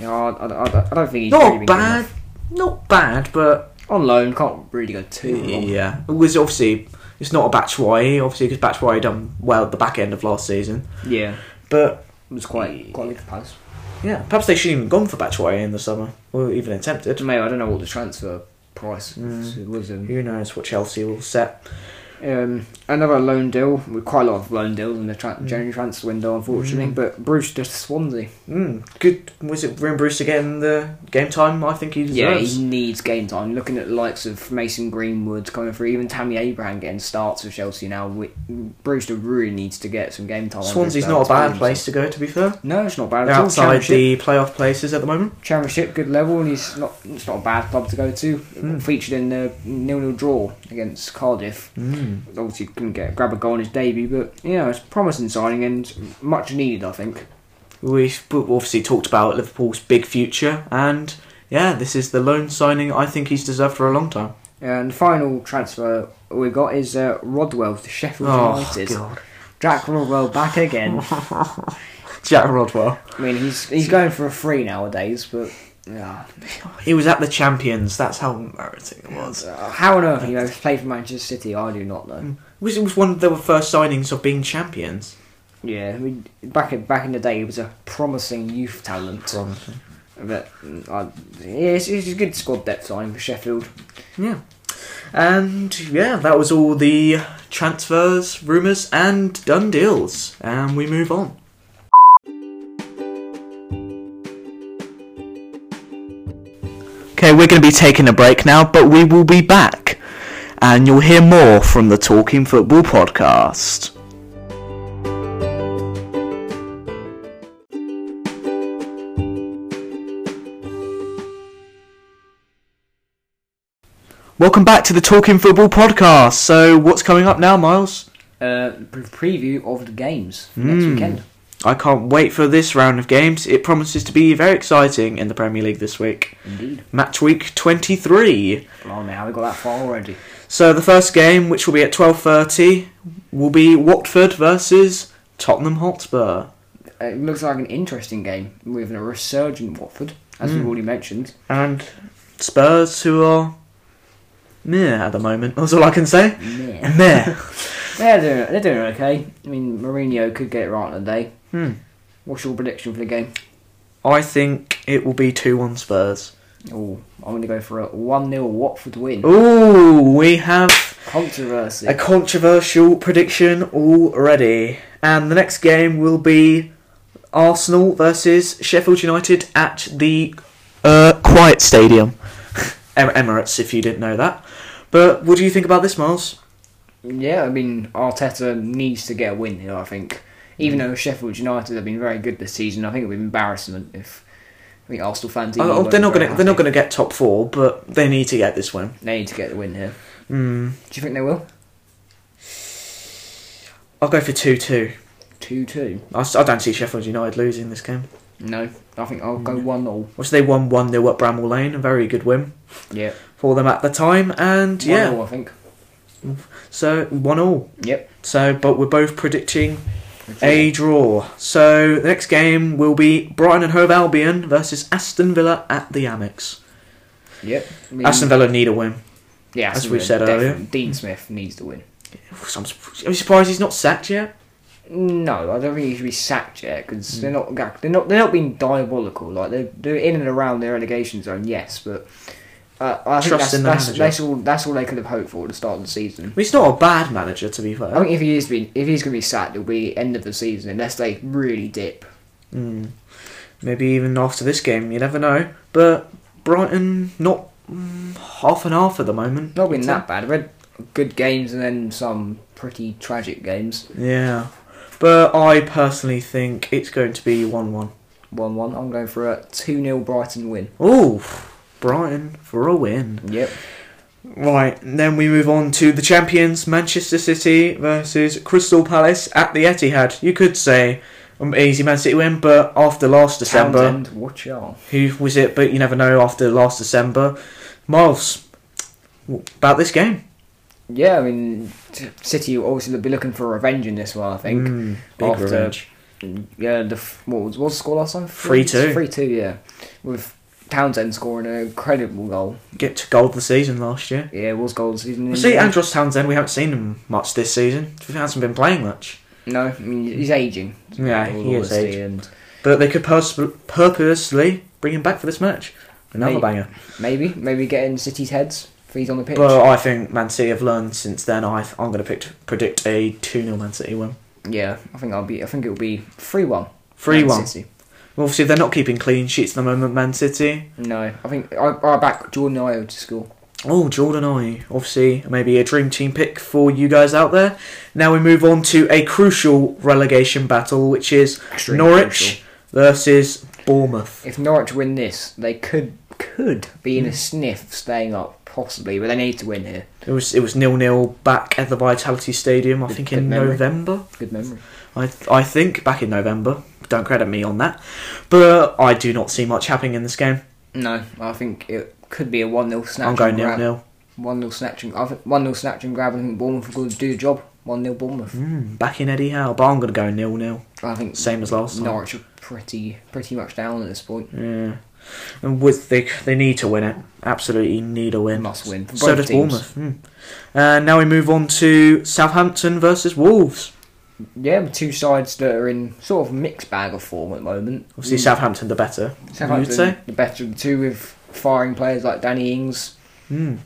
yeah, I, I- I don't- I don't think he's really
not
been
bad, not bad, but
good enough. on loan. Can't really go too wrong.
yeah, it was obviously it's not a Batshuayi, obviously because Batshuayi done well at the back end of last season,
Yeah,
but
it was quite quite good for Palace.
yeah, perhaps they should even gone for Batshuayi in the summer or even attempted.
Mate, I don't know what the transfer price was. Um,
Who knows what Chelsea will set?
um, another loan deal. With quite a lot of loan deals in the tra- January transfer window, unfortunately. But Bruce to Swansea.
Mm, good. Was it Ryan Brewster getting the game time? I think he deserves.
Yeah, he needs game time. Looking at the likes of Mason Greenwood coming through, even Tammy Abraham getting starts for Chelsea now. we- Brewster really needs to get some game time. under his
Swansea's
belt
not a
to prove
bad
himself.
place to go. To be fair,
No, it's not bad
they're
at all.
outside the
Championship,
playoff places at the moment.
championship, good level, and he's not. It's not a bad club to go to. Featured in the nil-nil draw against Cardiff.
Mm.
Obviously, couldn't get grab a goal on his debut, but you know, it's promising signing and much needed. I think.
We've b- obviously talked about Liverpool's big future, and yeah, this is the loan signing I think he's deserved for a long time.
And final transfer we got is uh, Rodwell to Sheffield United.
Oh, God.
Jack Rodwell back again.
Jack Rodwell.
I mean, he's he's going for a free nowadays, but yeah.
He was at the Champions, that's how embarrassing it was. It
Uh, how on earth he has played for Manchester City? I do not know.
was, it was one of the first signings of being champions.
Yeah, I mean, back in back in the day, he was a promising youth talent. But mm, I, yeah, it's, it's a good squad depth signing for Sheffield.
Yeah. And yeah, that was all the transfers, rumours, and done deals. And we move on. Okay, we're going to be taking a break now, but we will be back. And you'll hear more from the Talking Football podcast. Welcome back to the Talking Football podcast. So, what's coming up now, Miles?
Uh, pre- preview of the games for next weekend.
I can't wait for this round of games. It promises to be very exciting in the Premier League this week.
Indeed.
Match week 23.
Well, now we got that far already.
So the first game, which will be at 12:30, will be Watford versus Tottenham Hotspur.
Uh, It looks like an interesting game with a resurgent Watford, as
Hmm.
we've already mentioned.
And Spurs who are meh at the moment. That's all I can say.
Yeah.
Meh.
They're doing, they're doing okay. I mean, Mourinho could get it right on the day.
Hmm.
What's your prediction for the game?
I think it will be 2-1 Spurs.
Oh, I'm going to go for a 1 0 Watford win.
Ooh, we have
Controversy.
a controversial prediction already. And the next game will be Arsenal versus Sheffield United at the uh, Quiet Stadium. Em- Emirates, if you didn't know that. But what do you think about this, Miles?
yeah, I mean, Arteta needs to get a win here, I think. Even though Sheffield United have been very good this season, I think it would be embarrassment if I think Arsenal fans.
Oh,
even
they're not going
weren't very
to they're not
happy.
going to get top four, but they need to get this win.
They need to get the win here.
Mm.
Do you think they will?
I'll go for two two.
Two two.
I, s- I don't see Sheffield United losing this game.
No, I think I'll
Mm.
go one all.
Which they won one 0 at Bramall Lane, a very good win
Yeah,
for them at the time, and yeah,
one all. I think.
so one all.
Yep.
So, but we're both predicting a draw. So the next game will be Brighton and Hove Albion versus Aston Villa at the Amex.
Yep. I mean,
Aston Villa need a win.
Yeah,
as
Aston
we
Villa,
said earlier.
definitely. Dean Smith needs to win.
I'm su- I'm surprised he's not sacked yet.
No, I don't think he should be sacked yet because
Mm.
they're not ga- they're not they're not being diabolical. Like they're they're in and around their relegation zone. Yes, but uh, I
Trust
think that's
in the
that's,
manager.
that's all that's all they could have hoped for at the start of the season.
I mean, he's not a bad manager, to be fair.
I think if he is being if he's going to be sacked, it'll be end of the season unless they really dip.
Mm. Maybe even after this game, you never know. But Brighton not mm, half and half at the moment.
Not been that bad. I've had good games and then some pretty tragic games.
Yeah, but I personally think it's going to be one-one.
One one. I'm going for a two 0 Brighton win.
Ooh, Brighton for a win.
Yep.
Right, and then we move on to the champions, Manchester City versus Crystal Palace at the Etihad. You could say um, easy Man City win, but after last December.
Townsend, watch out.
who was it? But you never know after last December. Miles, w- about this game.
Yeah, I mean, t- City will obviously be looking for revenge in this one. I think.
Mm, big
after-
revenge.
Yeah, the f- what was, what was the score last time?
3-2.
Mm. Three two, yeah. With Townsend scoring an incredible goal.
Get to goal of the season last year.
Yeah, it was goal of the season.
We see Andros Townsend. We haven't seen him much this season. He hasn't been playing much.
no, I mean, he's aging.
Yeah,
All
he is
honesty,
aging.
and
But they could pers- purposely bring him back for this match. Another
Mate.
banger.
maybe, maybe get in City's heads if he's on the pitch.
But I think Man City have learned since then. I th- I'm going to pick predict a 2 0 Man City win.
yeah, I think I'll be. I think it'll be three one.
3 1. Obviously, they're not keeping clean sheets at the moment, Man City.
No, I think I, I back Jordan Ayew to score.
Oh, Jordan I. Obviously, maybe a dream team pick for you guys out there. Now we move on to a crucial relegation battle, which is
Extremely
Norwich
crucial.
versus Bournemouth.
If Norwich win this, they could could be in a sniff staying up possibly, but they need to win here.
It was it was nil nil back at the Vitality Stadium. I
Good-
think
good
in
memory.
November.
Good memory.
I I think back in November. Don't credit me on that, but I do not see much happening in this game.
No, I think it could be a one 0 snatch.
I'm going
and
nil
grab.
nil.
One 0 snatch and I think one 0 snatch and grab. and I think Bournemouth will do the job. One 0 Bournemouth.
Mm, back in Eddie Howe, but I'm going to go nil nil.
I think
Same as last time.
Norwich are pretty pretty much down at this point.
Yeah, and with they they need to win it. Absolutely need a win.
Must win for
So
both
does
teams.
Bournemouth. Mm. And now we move on to Southampton versus Wolves.
Yeah, with two sides that are in sort of a mixed bag of form at the moment.
Obviously, Southampton the better.
Hmm. Southampton,
You'd say.
Mm. the better of the two with firing players like Danny Ings.
Mm.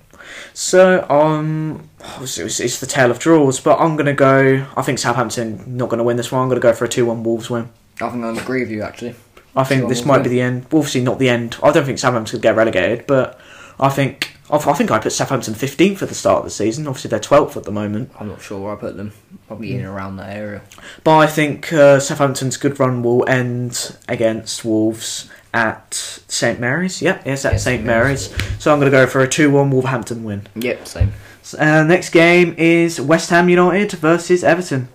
So um, obviously it's, it's the tale of draws, but I'm gonna go. I think Southampton not gonna win this one. I'm gonna go for a two-one Wolves win.
I think I agree with you actually.
I think
Sure,
this
we'll
might
win.
be the end. Obviously, not the end. I don't think Southampton could get relegated, but I think I I think I put Southampton 15th at the start of the season. Obviously, they're 12th at the moment,
I'm not sure where I put them. Probably
Hmm.
in and around that area.
but I think uh, Southampton's good run will end against Wolves at St Mary's. Yep, yes, at
Yeah,
St
St.
Mary's. So I'm going to go for a 2-1 Wolverhampton win.
Yep, same.
S- Uh, next game is West Ham United versus Everton.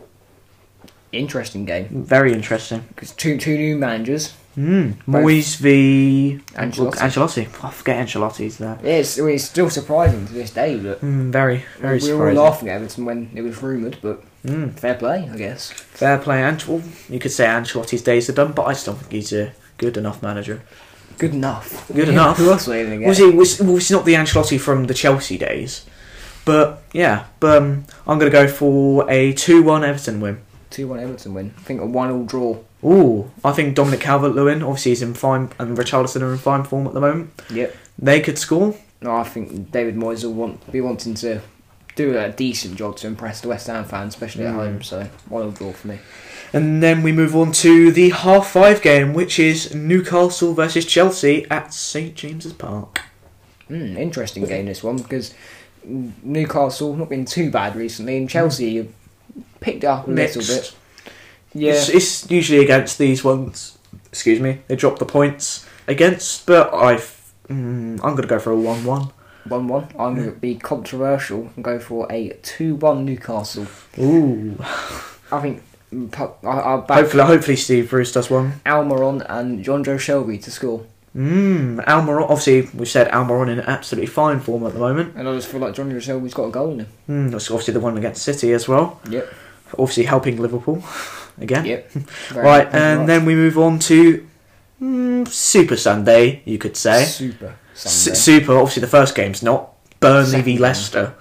Interesting game
Very interesting.
because two two new managers.
Mm. Moyes v
Ancelotti.
Ancelotti. I forget Ancelotti's there.
Yeah, It's I mean, it's still surprising to this day that
Mm, very, very
we were
surprising.
all laughing at Everton when it was rumoured, but
Mm.
fair play, I guess.
Fair play, Ancelotti. You could say Ancelotti's days are done, but I still think he's a good enough manager.
Good enough.
Good enough.
Who else are they gonna get?
Was he? Was, well, it's not the Ancelotti from the Chelsea days, but yeah. But um, I'm gonna go for a two-one Everton win.
Two one Everton win. I think a one all draw.
Ooh, I think Dominic Calvert-Lewin. Obviously, he's in fine, and Richarlison are in fine form at the moment.
Yep.
They could score.
No, I think David Moyes will want be wanting to do a decent job to impress the West Ham fans, especially at
Mm.
home. So one all draw for me.
And then we move on to the half five game, which is Newcastle versus Chelsea at St James's Park.
Mm, interesting game this one because Newcastle not been too bad recently, and Chelsea have picked it up a little bit.
It's, it's usually against these ones. Excuse me. They drop the points. against, but I, mm, I'm going to go for a one-one.
One one. I'm going to be controversial and go for a two one Newcastle.
Ooe.
I think pu- I- I'll back
Hopefully, hopefully Steve Bruce does one.
Almiron and John Joe Shelby to score.
Mmm. Almiron. Obviously, we've said Almiron in absolutely fine form at the moment.
And I just feel like John Joe Shelby's got a goal in him.
Mm, that's obviously the one against City as well.
Yep.
Obviously helping Liverpool again.
Yep. Very
Right,
good
and
right.
then we move on to mm, Super Sunday, you could say.
Super Sunday.
S- super. Obviously, the first game's not Burnley v
Second
Leicester.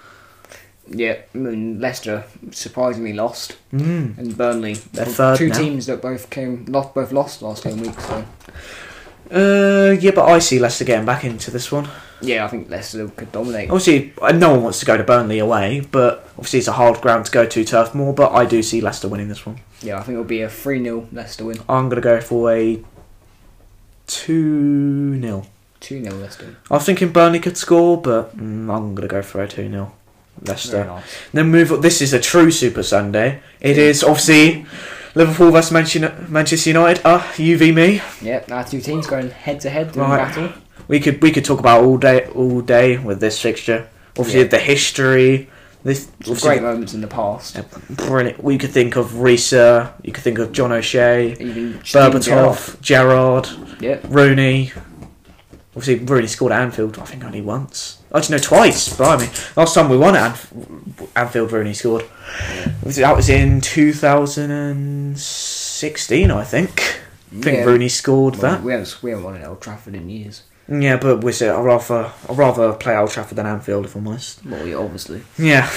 yep. And Leicester surprisingly lost,
Mm.
and Burnley.
They're
well,
third
two
now.
teams that both came lost, both lost last game week. So
Uh, yeah, but I see Leicester getting back into this one.
yeah, I think Leicester could dominate.
Obviously, uh, no one wants to go to Burnley away, but obviously it's a hard ground to go to Turf Moor. But I do see Leicester winning this one.
Yeah, I think it'll be a three 0 Leicester win.
I'm gonna go for a two 0
Two 0 Leicester.
I was thinking Burnley could score, but mm, I'm gonna go for a two 0 Leicester.
Very nice.
Then move. on. This is a true Super Sunday. It is obviously Liverpool versus Manchester Manchester United. Ah, you v me.
Yep, our two teams going head to head doing
Right.
battle.
We could we could talk about all day all day with this fixture. Obviously
Yeah.
the history. This
Some
obviously
great moments in the past.
brilliant. We could think of Risa. You could think of John O'Shea,
Even
Berbatov, Gerard,
Yep.
Rooney. Obviously Rooney scored at Anfield. I think only once. Actually no, twice. Blimey, last time we won at Anf- Anfield, Rooney scored. Was it- That was in 2016, I think. I think
Yeah.
Rooney scored that.
We haven't, we haven't won at Old Trafford in years.
Yeah, but we say I'd rather I'd rather play Old Trafford than Anfield if I'm honest.
Well, yeah, obviously.
Yeah,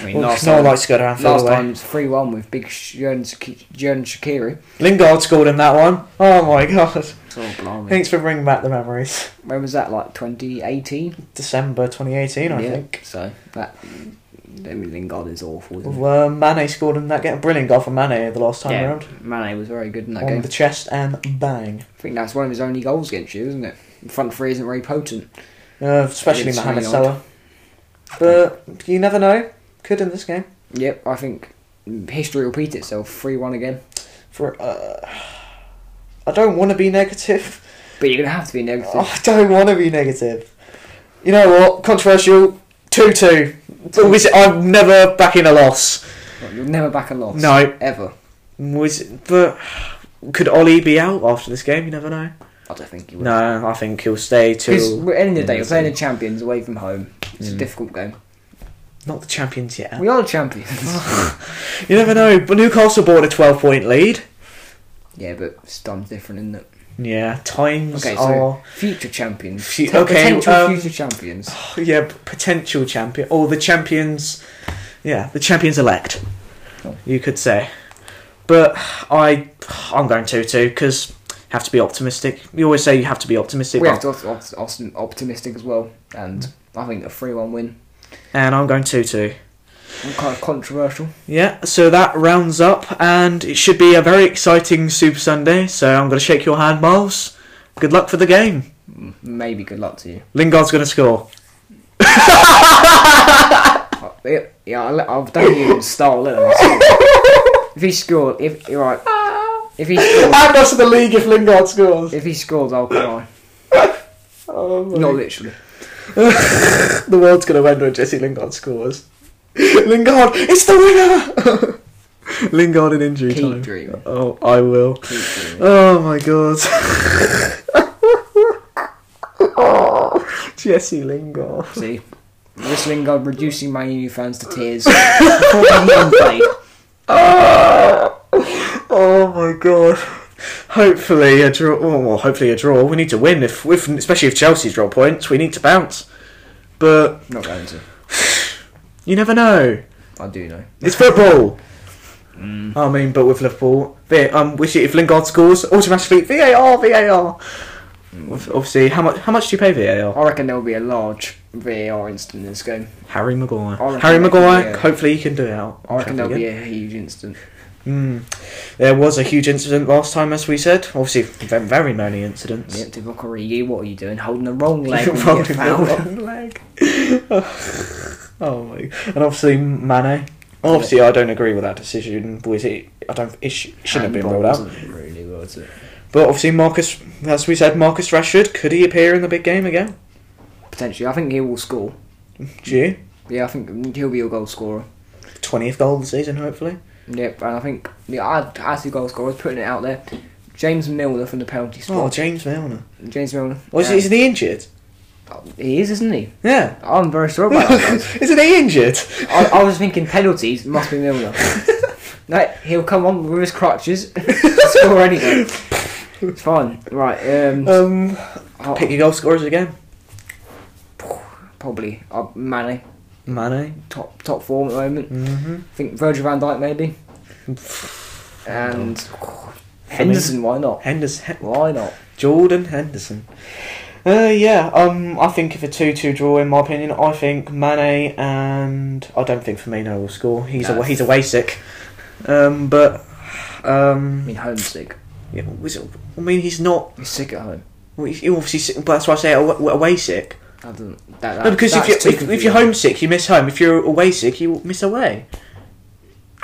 I mean,
well,
last
no one
time,
likes to go to Anfield
last
away.
time's 3 1 with big Jern Shakiri.
Lingard scored in that one. Oh my god!
Oh, blimey.
Thanks for bringing back the memories.
When was that, like 2018?
December 2018, I
yeah.
think.
So, that. I mean, Lingard is awful. Isn't he?
Well, uh, Mane scored in that game. Brilliant goal from Mane the last time
yeah,
round.
Mane was very good in that
On
game.
the chest and bang.
I think that's one of his only goals against you, isn't it? The front three isn't very potent.
Uh, especially
Against
Mohamed
Lingard.
Salah. But you never know. Could in this game.
Yep, I think history repeats itself 3 1 again.
For uh, I don't want to be negative.
But you're going to have to be negative.
I don't want to be negative. You know what? Controversial. 2 2. I'm never backing a loss.
You'll never back a loss.
No.
Ever.
Was but could Ollie be out after this game? You never know.
I don't think you will.
No, I think he'll stay
Because
till
we're ending the day, we're playing the champions away from home. It's a difficult game.
not the champions yet.
We are the champions.
You never know. But Newcastle bought a 12 point lead.
yeah, but it's done different, isn't it?
Yeah, times
Okay, so
are
future champions.
Fu-
Te-
okay,
potential
um,
future champions.
yeah potential champion or the champions. Yeah, the champions elect.
Oh.
You could say, but I I'm going two two because have to be optimistic. You always say you have to be optimistic,
We
but-
have to opt- opt- opt- optimistic as well, and I think a three-one win.
and I'm going two two.
I'm kind of controversial.
Yeah, so that rounds up, and it should be a very exciting Super Sunday. So I'm going to shake your hand, Miles. Good luck for the game.
Maybe good luck to you.
Lingard's going to score.
Uh, yeah, yeah, I'll, let- I'll don't even start. Let him score. if he scored, if you're right, if he scored,
And us in the league if Lingard scores.
if he scores, I'll cry.
Oh my-
Not literally.
The world's going to end when Jesse Lingard scores. Lingard, it's the winner! Lingard in injury
Keep
time.
dreaming.
Oh, I will.
Keep dreaming.
Oh my god. oh, Jesse Lingard.
See, this Lingard reducing Man U fans to tears. Before he even played.
Ah! Oh my god. Hopefully a draw. Well, well, hopefully a draw. We need to win if, if, especially if Chelsea drop points. We need to bounce. But
Not going to.
you never know.
I do know.
It's football.
Mm.
I mean, but with Liverpool, they, um, we see if Lingard scores, automatically VAR, VAR.
Mm.
Ob- Obviously, how much? How much do you pay VAR?
I reckon there'll be a large VAR incident in this game.
Harry Maguire.
I reckon
Harry
it-
Maguire.
yeah.
Hopefully, he can do it out.
I reckon there'll
Hopefully,
be
yeah.
a huge incident.
There was a huge incident last time, as we said. Obviously, ve- very many incidents.
Yep, Divock Origi, what are you doing? Holding the wrong leg. when you
Rolling
get
the
fouled.
wrong leg. oh my! And obviously Mane. Obviously, I don't agree with that decision. Was it? I don't. It sh- shouldn't have been
Handball
ruled out.
wasn't Really, was it?
But obviously, Marcus, as we said, Marcus Rashford, could he appear in the big game again?
potentially. I think he will score.
Do you?
Yeah, I think he'll be your goal scorer.
20th goal of the season, hopefully.
Yep, and I think yeah, I'd- as your goal scorer, putting it out there, James Milner from the penalty
Oh,
spot.
James Milner.
James Milner.
Was
Yeah.
is he injured?
He is, isn't he?
Yeah.
I'm very sorry about that. guys.
Isn't he injured?
I, I was thinking penalties must be Milner. no, he'll come on with his crutches, score anyway. It's fine. Right, um,
Um,
I'll-
pick your goal scorers again.
probably uh, Mane,
Mane.
top top form at the moment.
Mm-hmm.
I think Virgil van Dijk maybe, and
Mm.
Henderson. Why not?
Henderson.
Why not?
Jordan Henderson. Uh, yeah, um, I think if a 2 2 draw, in my opinion, I think Mane and. I don't think Firmino will score. He's,
No.
a, he's away sick. Um, but.
I
Um,
mean, home's sick.
yeah, was it- I mean, he's not.
He's sick at home.
well, He obviously, sick, but that's why I say awa- away sick.
That doesn't. That, that,
No, because if
that's
you're
too
if, if you're
confusing.
homesick, you miss home. If you're away sick, you miss away.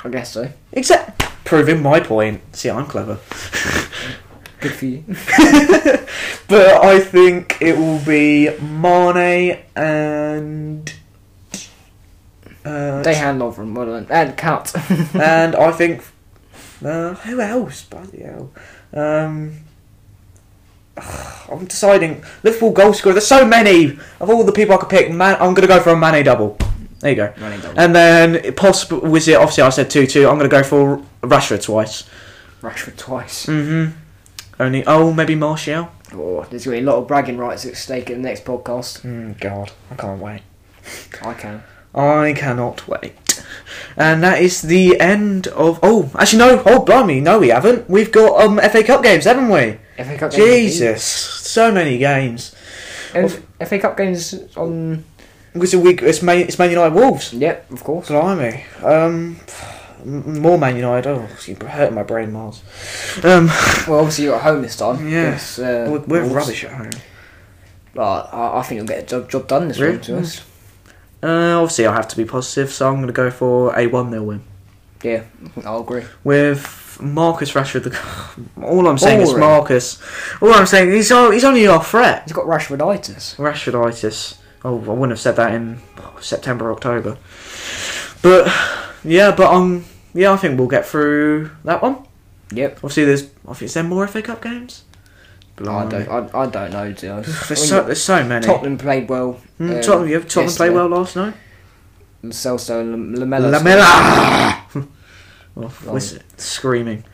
I guess so.
Exact. Proving my point. See, I'm clever.
Good for you.
But I think it will be Mane and uh,
They hand over him, well done. and cut.
and I think uh, who else? Bloody hell! Um, I'm deciding Liverpool goal scorer. There's so many of all the people I could pick. Man, I'm gonna go for a Mane double. There you go.
Running double.
And then possible was it? Obviously, I said two two. I'm gonna go for Rashford twice.
Rashford twice.
Mm-hmm. Only oh maybe Martial.
Oh, there's going to be a lot of bragging rights at stake in the next podcast.
Mm, God, I can't wait.
I can.
I cannot wait. And that is the end of. Oh, actually, no. Oh, blimey, no, we haven't. We've got um FA Cup games, haven't we?
FA Cup games-
Jesus, so many games.
And FA Cup games on.
It's a week. It's Man. It's Man United Wolves.
Yep, of course.
Blimey. Um, m- more Man United. Oh, you hurt my brain, Miles. Um,
Well, obviously you're at home this time.
Yeah.
Yes. Uh,
we're, we're
Wolves.
rubbish at home.
But I, I think you'll get a job, job done this
Really?
one to us.
Uh, obviously, I have to be positive, so I'm going to go for a one 0 win
Yeah, I think I'll agree.
with Marcus Rashford. The, all I'm saying is
Boring.
Marcus. All I'm saying he's o- he's only our threat.
He's got Rashforditis.
Rashforditis. Oh, I wouldn't have said that in oh, September, October. But yeah, but um, yeah, I think we'll get through that one.
Yep.
Obviously, there's. I think is there more FA Cup games?
I don't. I, I don't know. To be honest. I
There's
mean,
so there's so many.
Tottenham played well.
Mm,
um,
Tottenham, yeah, Tottenham
yesterday.
played well last night.
Celso and Lam- Lamella.
Lamella. oh,
Blimey.
we're s- screaming.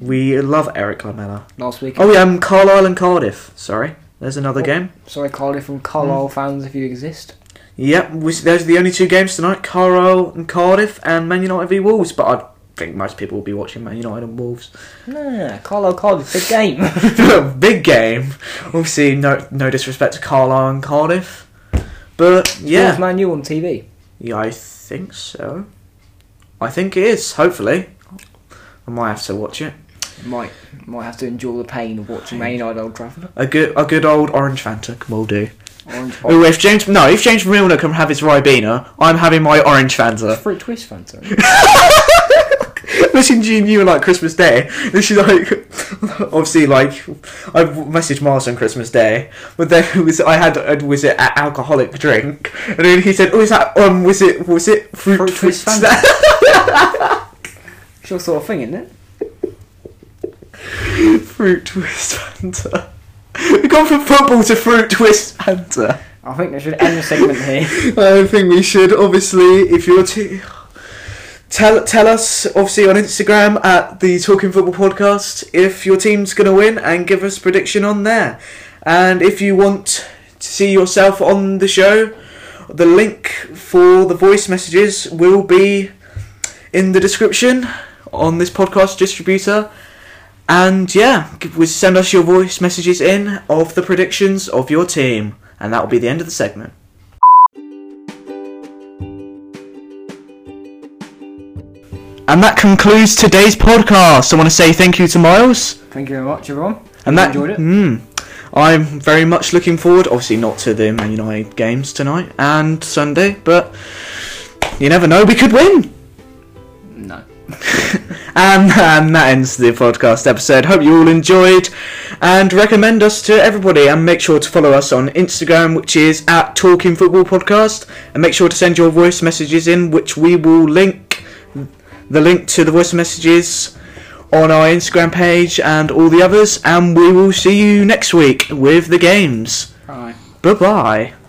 We love Eric Lamella.
last week.
Oh yeah, um, Carlisle and Cardiff. Sorry, there's another
Oh.
game.
Sorry, Cardiff from Carlisle fans, if you exist.
Yep, we, those are the only two games tonight: Carlisle and Cardiff, and Man United v Wolves. But I think most people will be watching Man United and Wolves.
Nah, Carlisle Cardiff, big game.
Big game. Obviously, no no disrespect to Carlisle and Cardiff, but
Wolves
yeah,
Man U on TV.
yeah, I think so. I think it is. Hopefully, I might have to watch it.
Might might have to endure the pain of watching Man United Old Trafford.
A good a good old orange Fanta will do.
Orange
Oh, if James no, if James Milner can have his Ribena, I'm having my orange Fanta.
Fruit twist Fanta.
messaging you like Christmas Day, and she's like, obviously like, I messaged Miles on Christmas Day, but then it was I had a, was it an alcoholic drink, and then he said, oh is that um was it was it fruit,
Fruit twist
twist
Fanta. Sure sort of thing, isn't it?
fruit twist Fanta? We've gone from football to fruit twist Fanta.
I think they should end the segment here.
I think we should obviously if you're t- tell tell us obviously on Instagram at the Talking Football Podcast if your team's gonna win and give us prediction on there. And if you want to see yourself on the show, the link for the voice messages will be in the description on this podcast distributor. And yeah, give- we- send us your voice messages in of the predictions of your team, and that will be the end of the segment. And that concludes today's podcast. I want to say thank you to Miles.
Thank you very much, everyone.
And
You
that
enjoyed it.
Mm, I'm very much looking forward, obviously not to the Man United games tonight and Sunday, but you never know, we could win.
No.
And um, that ends the podcast episode. Hope you all enjoyed and recommend us to everybody. And make sure to follow us on Instagram, which is at Talking Football Podcast. And make sure to send your voice messages in, which we will link the link to the voice messages on our Instagram page and all the others. And we will see you next week with the games.
Bye.
Bye bye.